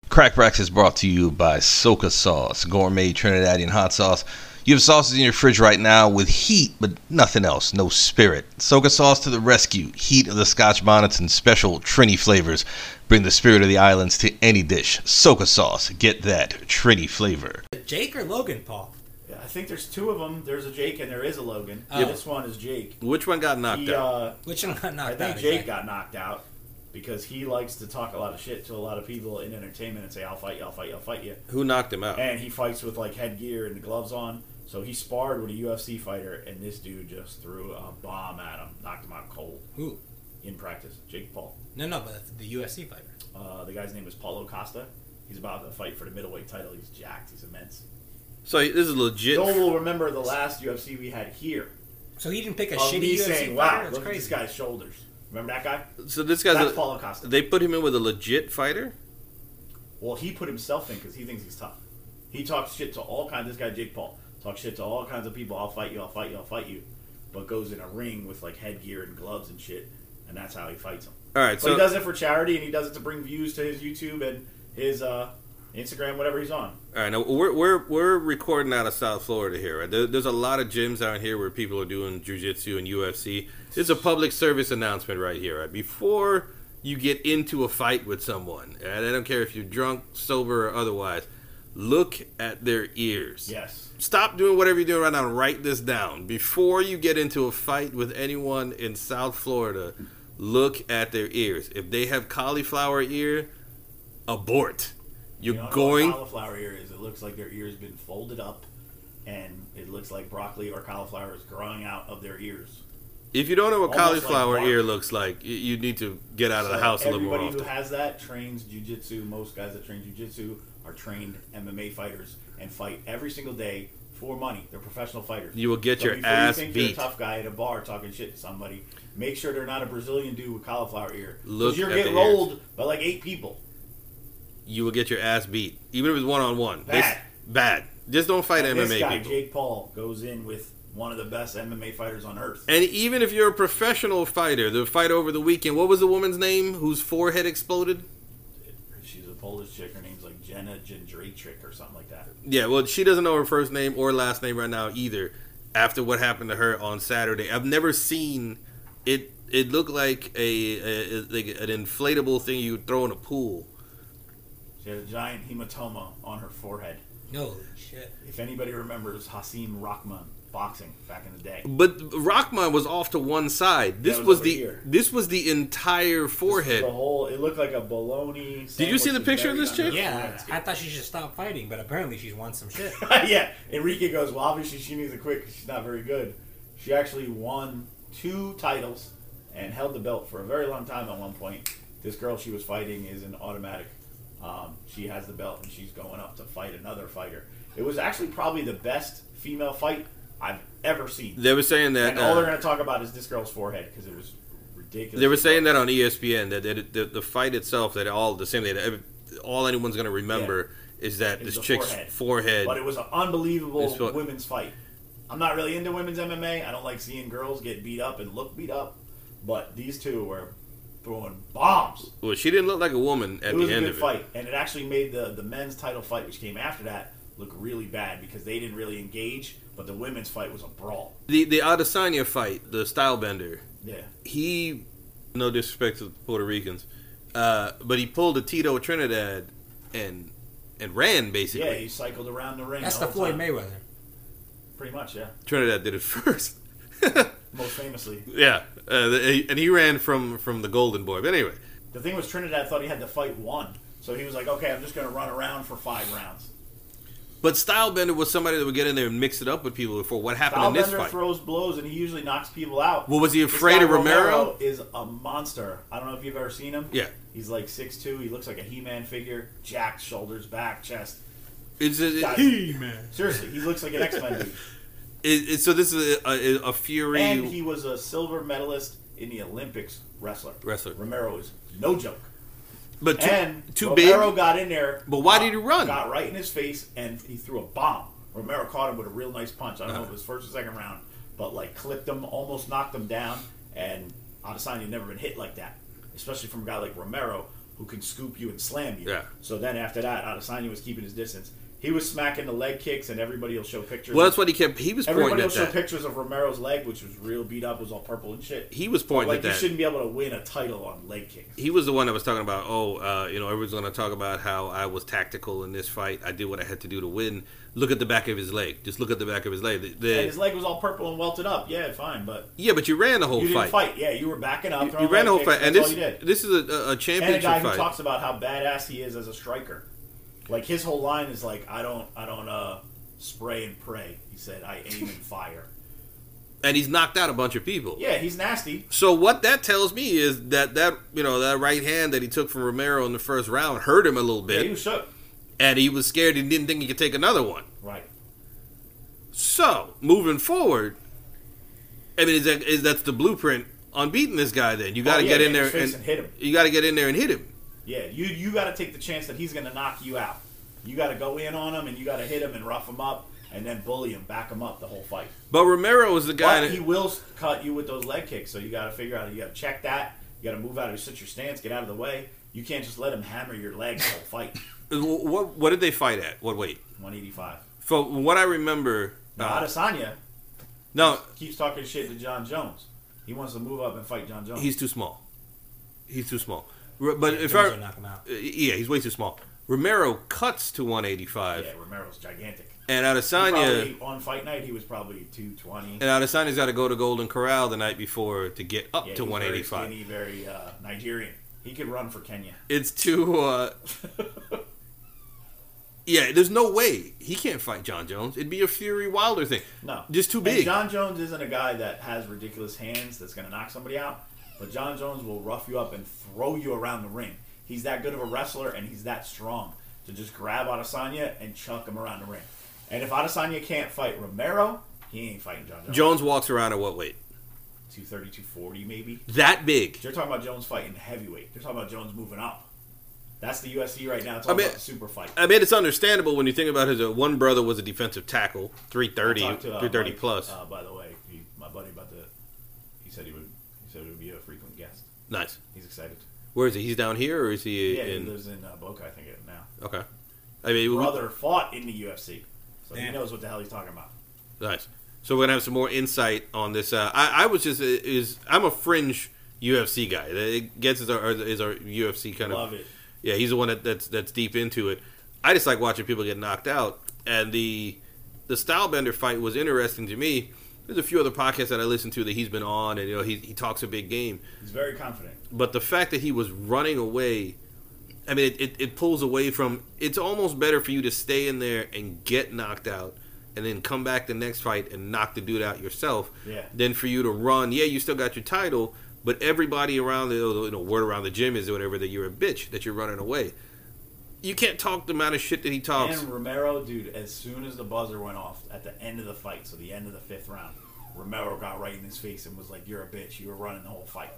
Crackbacks is brought to you by Soca Sauce, gourmet Trinidadian hot sauce. You have sauces in your fridge right now with heat, but nothing else, no spirit. Soca Sauce to the rescue. Heat of the Scotch bonnets and special Trini flavors. Bring the spirit of the islands to any dish. Soca Sauce, get that Trini flavor. Jake or Logan Paul? Yeah, I think there's two of them. There's a Jake and there is a Logan. Oh. Yep. This one is Jake. Which one got knocked He, out? uh, Which one got I knocked think out? Jake exactly? got knocked out because he likes to talk a lot of shit to a lot of people in entertainment and say, "I'll fight you, I'll fight you, I'll fight you," Who knocked him out? and he fights with like headgear and the gloves on. So he sparred with a UFC fighter, and this dude just threw a bomb at him, knocked him out cold Who? in practice. Jake Paul. No, no, but the UFC fighter. Uh, the guy's name is Paulo Costa. He's about to fight for the middleweight title. He's jacked. He's immense. So this is legit. Joel will remember the last UFC we had here. So he didn't pick a Of me shitty UFC Oh, saying, fighter. "Wow, That's look at this crazy. guy's shoulders." Remember that guy? So this guy's That's a, Paulo Costa. they put him in with a legit fighter. Well, he put himself in because he thinks he's tough. He talks shit to all kinds. This guy Jake Paul talks shit to all kinds of people. I'll fight you. I'll fight you. I'll fight you. But goes in a ring with like headgear and gloves and shit, and that's how he fights him. All right, But so he does it for charity, and he does it to bring views to his YouTube and his uh, Instagram, whatever he's on. all right, now we're we're we're recording out of South Florida here. Right? There, there's a lot of gyms out here where people are doing jujitsu and UFC. It's a public service announcement right here. Right? Before you get into a fight with someone, and I don't care if you're drunk, sober, or otherwise, look at their ears. Yes. stop doing whatever you're doing right now and write this down before you get into a fight with anyone in south florida look at their ears if they have cauliflower ear abort you're You know, going What cauliflower ear is. It looks like their ear's been folded up, and it looks like broccoli or cauliflower is growing out of their ears. if you don't know what Almost like cauliflower bark. ear looks like y- you need to get out of the So house a little more everybody often who has that trains jujitsu. Most guys that train jujitsu are trained MMA fighters and fight every single day for money. They're professional fighters. You will get So your before ass you think beat. You're a tough guy at a bar talking shit to somebody. Make sure they're not a Brazilian dude with cauliflower ear. 'Cause Look you're at getting the ears. rolled by like eight people. you will get your ass beat even if it's one-on-one They Bad. s- bad just don't fight And this mma guy, people Jake Paul, goes in with one of the best MMA fighters on earth. And even if you're a professional fighter, the fight over the weekend, what was the woman's name whose forehead exploded? She's a Polish chick. Her name's like Jenna Jędrzejczyk or something like that. Yeah, well, she doesn't know her first name or last name right now either. After what happened to her on Saturday, I've never seen it. It looked like a, a, a- like an inflatable thing you throw in a pool. She had a giant hematoma on her forehead. No shit. If anybody remembers Hasim Rahman boxing back in the day, But Rockman was off to one side. This That was was, over the here. this was the entire the forehead. whole it looked like a bologna. Did you see the picture of this chick? Yeah, I thought she should stop fighting, but apparently she's won some shit. yeah. Enrique goes. Well, obviously she needs a quick. 'cause she's not very good. She actually won two titles and held the belt for a very long time. At one point, this girl she was fighting is an automatic. Um, she has the belt and she's going up to fight another fighter. It was actually probably the best female fight I've ever seen. They were saying that And all they're uh, going to talk about is this girl's forehead because it was ridiculous. they were saying that on E ESPN that, that the, the fight itself that all the same thing that every- all anyone's going to remember is that Is this the chick's forehead. forehead. but it was an unbelievable It's what- women's fight. I'm not really into women's MMA. I don't like seeing girls get beat up and look beat up. But these two were throwing bombs. Well, she didn't look like a woman at it was the a end good of it. fight, and it actually made the the men's title fight, which came after that, look really bad because they didn't really engage. But the women's fight was a brawl. The the Adesanya fight, the style bender, Yeah, he no disrespect to the Puerto Ricans, uh, but he pulled a Tito Trinidad and and ran basically. yeah, he cycled around the ring. That's the whole Floyd time. Mayweather. Pretty much, yeah. Trinidad did it first. Most famously, yeah, uh, the- and he ran from from the Golden Boy. But anyway, The thing was, Trinidad thought he had the fight won, so he was like, "Okay, I'm just going to run around for five rounds." but style bender was somebody that would get in there and mix it up with people before what happened in this Stylebender fight. throws blows, and he usually knocks people out. well, was he This afraid guy of Romero? Is a monster. I don't know if you've ever seen him. Yeah. he's like 6'2". He looks like a He-Man figure, jacked shoulders, back, chest. It's, it, Guys, man. Seriously, he looks like an X-Men. dude. it- it- so this is a, a, a Fury. And he was a silver medalist in the Olympics wrestler. Wrestler. Romero is no joke. but too, and too Romero big. got in there. But why got- did he run? Got right in his face, and he threw a bomb. Romero caught him with a real nice punch. I don't know if it Uh-huh. was first or second round, but like clipped him, almost knocked him down. And Adesanya had never been hit like that, especially from a guy like Romero, who who can scoop you and slam you. Yeah. So then after that, Adesanya was keeping his distance. He was smacking the leg kicks, and everybody will show pictures. Well, that's what he kept. He was pointing everybody will at show that. pictures of Romero's leg, which was real beat up, was all purple and shit. He was pointing like at you that. shouldn't be able to win a title on leg kicks. he was the one that was talking about, oh, uh, you know, everyone's going to talk about how I was tactical in this fight. I did what I had to do to win. Look at the back of his leg. Just look at the back of his leg. The- the- And his leg was all purple and welted up. Yeah, fine, but yeah, but you ran the whole you didn't Oh, fight. fight. Yeah, you were backing up. You, throwing you ran the whole leg kicks, fight, and that's this all you did. this is a, a- a and a championship guy who fight. talks about how badass he is as a striker. Like his whole line is like, I don't, I don't uh, spray and pray. He said, I aim and fire. and he's knocked out a bunch of people. Yeah, he's nasty. So what that tells me is that that you know that right hand that he took from Romero in the first round hurt him a little Yeah, bit, he was shook. and he was scared and didn't think he could take another one. Right. So moving forward, I mean, is that is that's the blueprint on beating this guy? Then you got to Oh, yeah, get in in his there face and, and hit him. You got to get in there and hit him. Yeah, you you got to take the chance that he's going to knock you out. You got to go in on him and you got to hit him and rough him up and then bully him, back him up the whole fight. But Romero was the guy. But That, he will cut you with those leg kicks, so you got to figure out. You got to check that. You got to move out of sit your stance, get out of the way. You can't just let him hammer your leg the whole fight. what what did they fight at? What weight? 185. From what I remember, Now, uh, Adesanya no, keeps talking shit to John Jones. He wants to move up and fight John Jones. he's too small. He's too small. R- But if Jones will I, knock him out. Uh, yeah, he's way too small. Romero cuts to 185, yeah, Romero's gigantic. and He Adesanya probably- on fight night, he was probably 220. and Adesanya's got to go to Golden Corral the night before to get up Yeah, to he's 185. Very skinny, very uh, Nigerian. He could run for Kenya. It's too. Uh, yeah, there's no way he can't fight John Jones. It'd be a Fury Wilder thing. No, just too And big. John Jones isn't a guy that has ridiculous hands that's going to knock somebody out, but John Jones will rough you up and throw you around the ring. He's that good of a wrestler and he's that strong to just grab Adesanya and chuck him around the ring. And if Adesanya can't fight Romero, he ain't fighting John Jones. Jones walks around at what weight? 230, 240 maybe. That big. They're talking about Jones fighting heavyweight. They're talking about Jones moving up. That's the USC right now. It's I all mean- about the super fight. I mean, it's understandable when you think about his. Uh, one brother was a defensive tackle, 330, I talked to, uh, 330 Mike, plus. Uh, by the way, he, my buddy about the, he said he would, he said he would be a frequent guest. nice. He's excited. Where is he? He's down here, or is he Yeah, he in? lives in uh, Boca, I think it- now. okay. I mean, we- Brother fought in the UFC, so he Damn. knows what the hell he's talking about. Nice. So we're gonna have some more insight on this. Uh, I, I was just is I'm a fringe UFC guy. It gets is our is our UFC kind Love of. it. Yeah, he's the one that, that's that's deep into it. I just like watching people get knocked out, and the the Stylebender fight was interesting to me. There's a few other podcasts that I listen to that he's been on, and you know he he talks a big game, He's very confident. but the fact that he was running away. I mean, it, it, it pulls away from. It's almost better for you to stay in there and get knocked out, and then come back the next fight and knock the dude out yourself, Yeah. than for you to run. Yeah, you still got your title, but everybody around the you know word around the gym is whatever that you're a bitch that you're running away. You can't talk the amount of shit that he talks. And Romero, dude, as soon as the buzzer went off at the end of the fight, so the end of the fifth round, Romero got right in his face and was like, "You're a bitch. You were running the whole fight."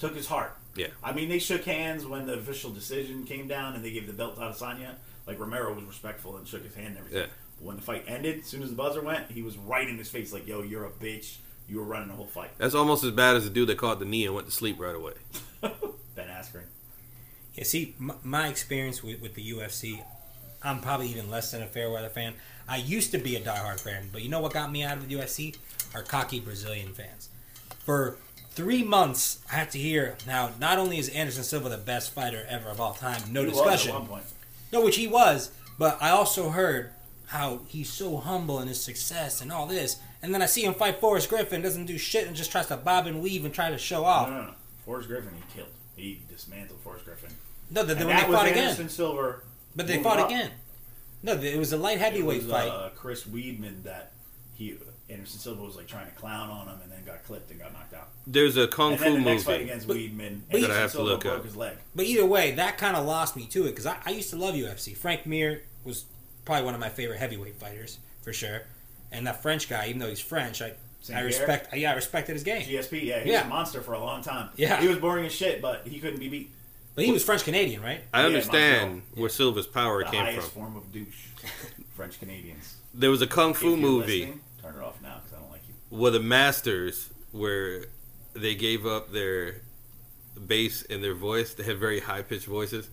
Took his heart. Yeah. I mean, they shook hands when the official decision came down and they gave the belt to Adesanya. Like Romero was respectful and shook his hand and everything. Yeah. But when the fight ended, as soon as the buzzer went, he was right in his face, like, "Yo, you're a bitch. You were running the whole fight." That's almost as bad as the dude that caught the knee and went to sleep right away. Ben Askren. Yeah, see, my, my experience with, with the UFC, I'm probably even less than a fair weather fan. I used to be a diehard fan, but you know what got me out of the UFC? Are cocky Brazilian fans. For three months, I had to hear now. Not only is Anderson Silva the best fighter ever of all time, no He was at discussion. one point. No, which he was, but I also heard how he's so humble in his success and all this. And then I see him fight Forrest Griffin, doesn't do shit, and just tries to bob and weave and try to show No, off. no, no. Forrest Griffin, he killed. He dismantled Forrest Griffin. No, then And when they that was fought again. Anderson Silver. But they moved fought up. again. No, th- it was a light uh, It heavyweight was fight. uh, Chris Weidman that he Anderson Silva was like trying to clown on him and then got clipped and got knocked out. There's a kung And then fu the next movie. fight against Weidman, but you- That I Anderson have to Silva look broke up. his leg. but either way, that kind of lost me to it because I, I used to love UFC. Frank Mir was probably one of my favorite heavyweight fighters for sure. And that French guy, even though he's French, I Saint I Pierre? respect. Yeah, I respected his game. GSP, yeah, he was Yeah. a monster for a long time. Yeah. he was boring as shit, but he couldn't be beat. But he was French Canadian, right? I Yeah, understand Montreal. where Silva's power the came highest from. form of douche, French Canadians. There was a kung fu movie. Turn it off now because I don't like you. were the masters where they gave up their bass in their voice. They had very high pitched voices,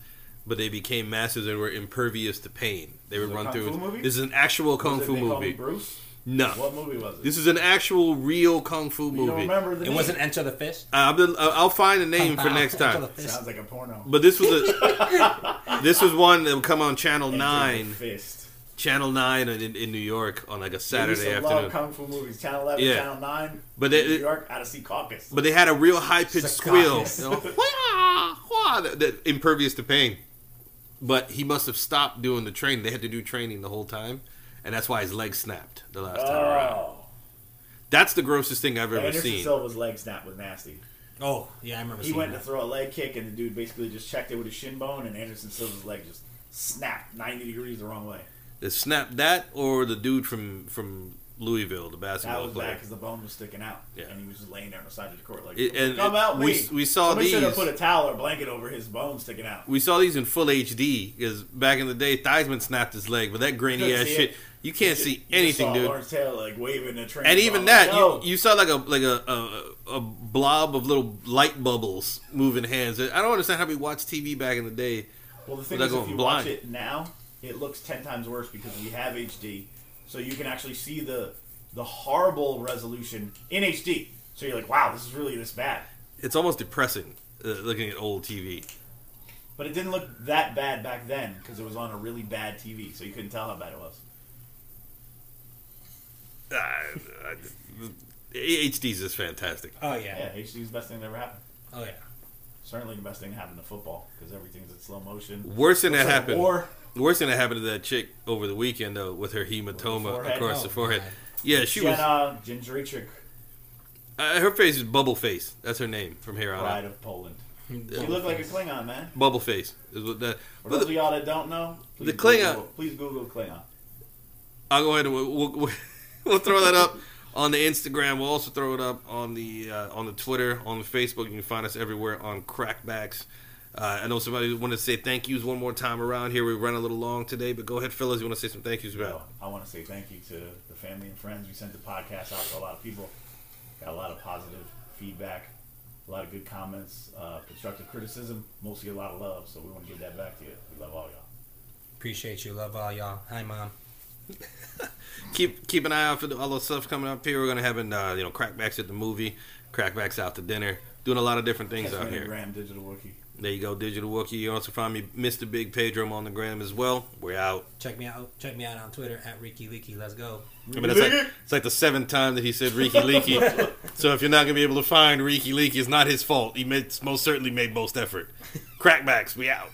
but they became masters and were impervious to pain. They would it a run kung through. fu movie? This is an actual kung Was it fu They Call Me movie. Bruce? No, What movie was it? this is an actual real kung fu you don't movie. Uh, remember the It name. wasn't Enter the Fist. I'll, be- I'll I'll find a name for next Enter time. the Fist. Sounds like a porno. But this was a this was one that would come on Channel Nine, Fist. Channel Nine in, in New York on like a we Saturday used to love afternoon. kung fu movies. Channel 11, Yeah. Channel 9. But they- New York, out of sea caucus. But they had a real high pitched squeal, Secaucus. you know, "Wah, wah," that, that impervious to pain. But he must have stopped doing the training. They had to do training the whole time, and that's why his leg snapped the last time around. oh. That's the grossest thing I've ever Anderson seen. Silva's leg snap was nasty. Oh, yeah, I remember He seeing went to that. throw a leg kick, and the dude basically just checked it with his shin bone, and Anderson Silva's leg just snapped 90 degrees the wrong way. It snapped that, or the dude from from Louisville, the That basketball was player. bad because the bone was sticking out, Yeah. and he was just laying there on the side of the court like, It- and "Come it- out, we- me." we saw Somebody should have these. put a towel or blanket over his bone sticking out. We saw these in full HD because back in the day, Theismann snapped his leg, but that grainy Couldn't ass see shit, it. you can't You see just anything, saw dude. Lawrence Taylor like waving a train. And ball, even like, that, "Yo." you, you saw like a like a, a a blob of little light bubbles moving hands. I don't understand how we watched TV back in the day. Well, the thing Without is, if going you blind. watch it now, it looks ten times worse because we have HD, so you can actually see the the horrible resolution in HD. So you're like, wow, this is really this bad. It's almost depressing uh, looking at old TV. But it didn't look that bad back then because it was on a really bad TV, so you couldn't tell how bad it was. Ah, I- HD's just fantastic. Oh, yeah. Yeah, HD is the best thing that ever happened. Oh, yeah. Certainly the best thing that happened to football because everything's in slow motion. Worse than that Looks like happened. War. Worse than that happened to that chick over the weekend though, with her hematoma forehead? across Oh, the forehead. my. Yeah, she was. Jenna Jindrzejczyk, Uh, her face is Bubble Face. That's her name from here on Pride out. of Poland. She Mm-hmm. looked like a Klingon, man. Bubble Face is what that. For but those the- of y'all that don't know, please the Klingon- Google, please Google Klingon. I'll go ahead and we'll, we'll, we'll throw that up on the Instagram. We'll also throw it up on the uh, on the Twitter, on the Facebook. You can find us everywhere on Crackbacks. Uh, I know somebody wanted to say thank yous one more time around here. We ran a little long today, but go ahead, fellas. You want to say some thank yous Well, about? I want to say thank you to the family and friends. We sent the podcast out to a lot of people. Got a lot of positive feedback, a lot of good comments, uh, constructive criticism, mostly a lot of love. So we want to give that back to you. We love all y'all. Appreciate you. Love all y'all. Hi, Mom. Keep keep an eye out for the, all the stuff coming up here. We're gonna have uh, you know Crackbacks at the movie, Crackbacks out to dinner, doing a lot of different things out Catch me here. at Graham Digital Wiki. There you go, Digital Wookie. You also find me Mr. Big Pedro I'm on the gram as well. We're out. Check me out. Check me out on Twitter at Ricky Leaky. Let's go. I mean, it's like, it's like the seventh time that he said Reeky Leaky. so if you're not going to be able to find Reeky Leaky, it's not his fault. He made, most certainly made most effort. Crackbacks, we out.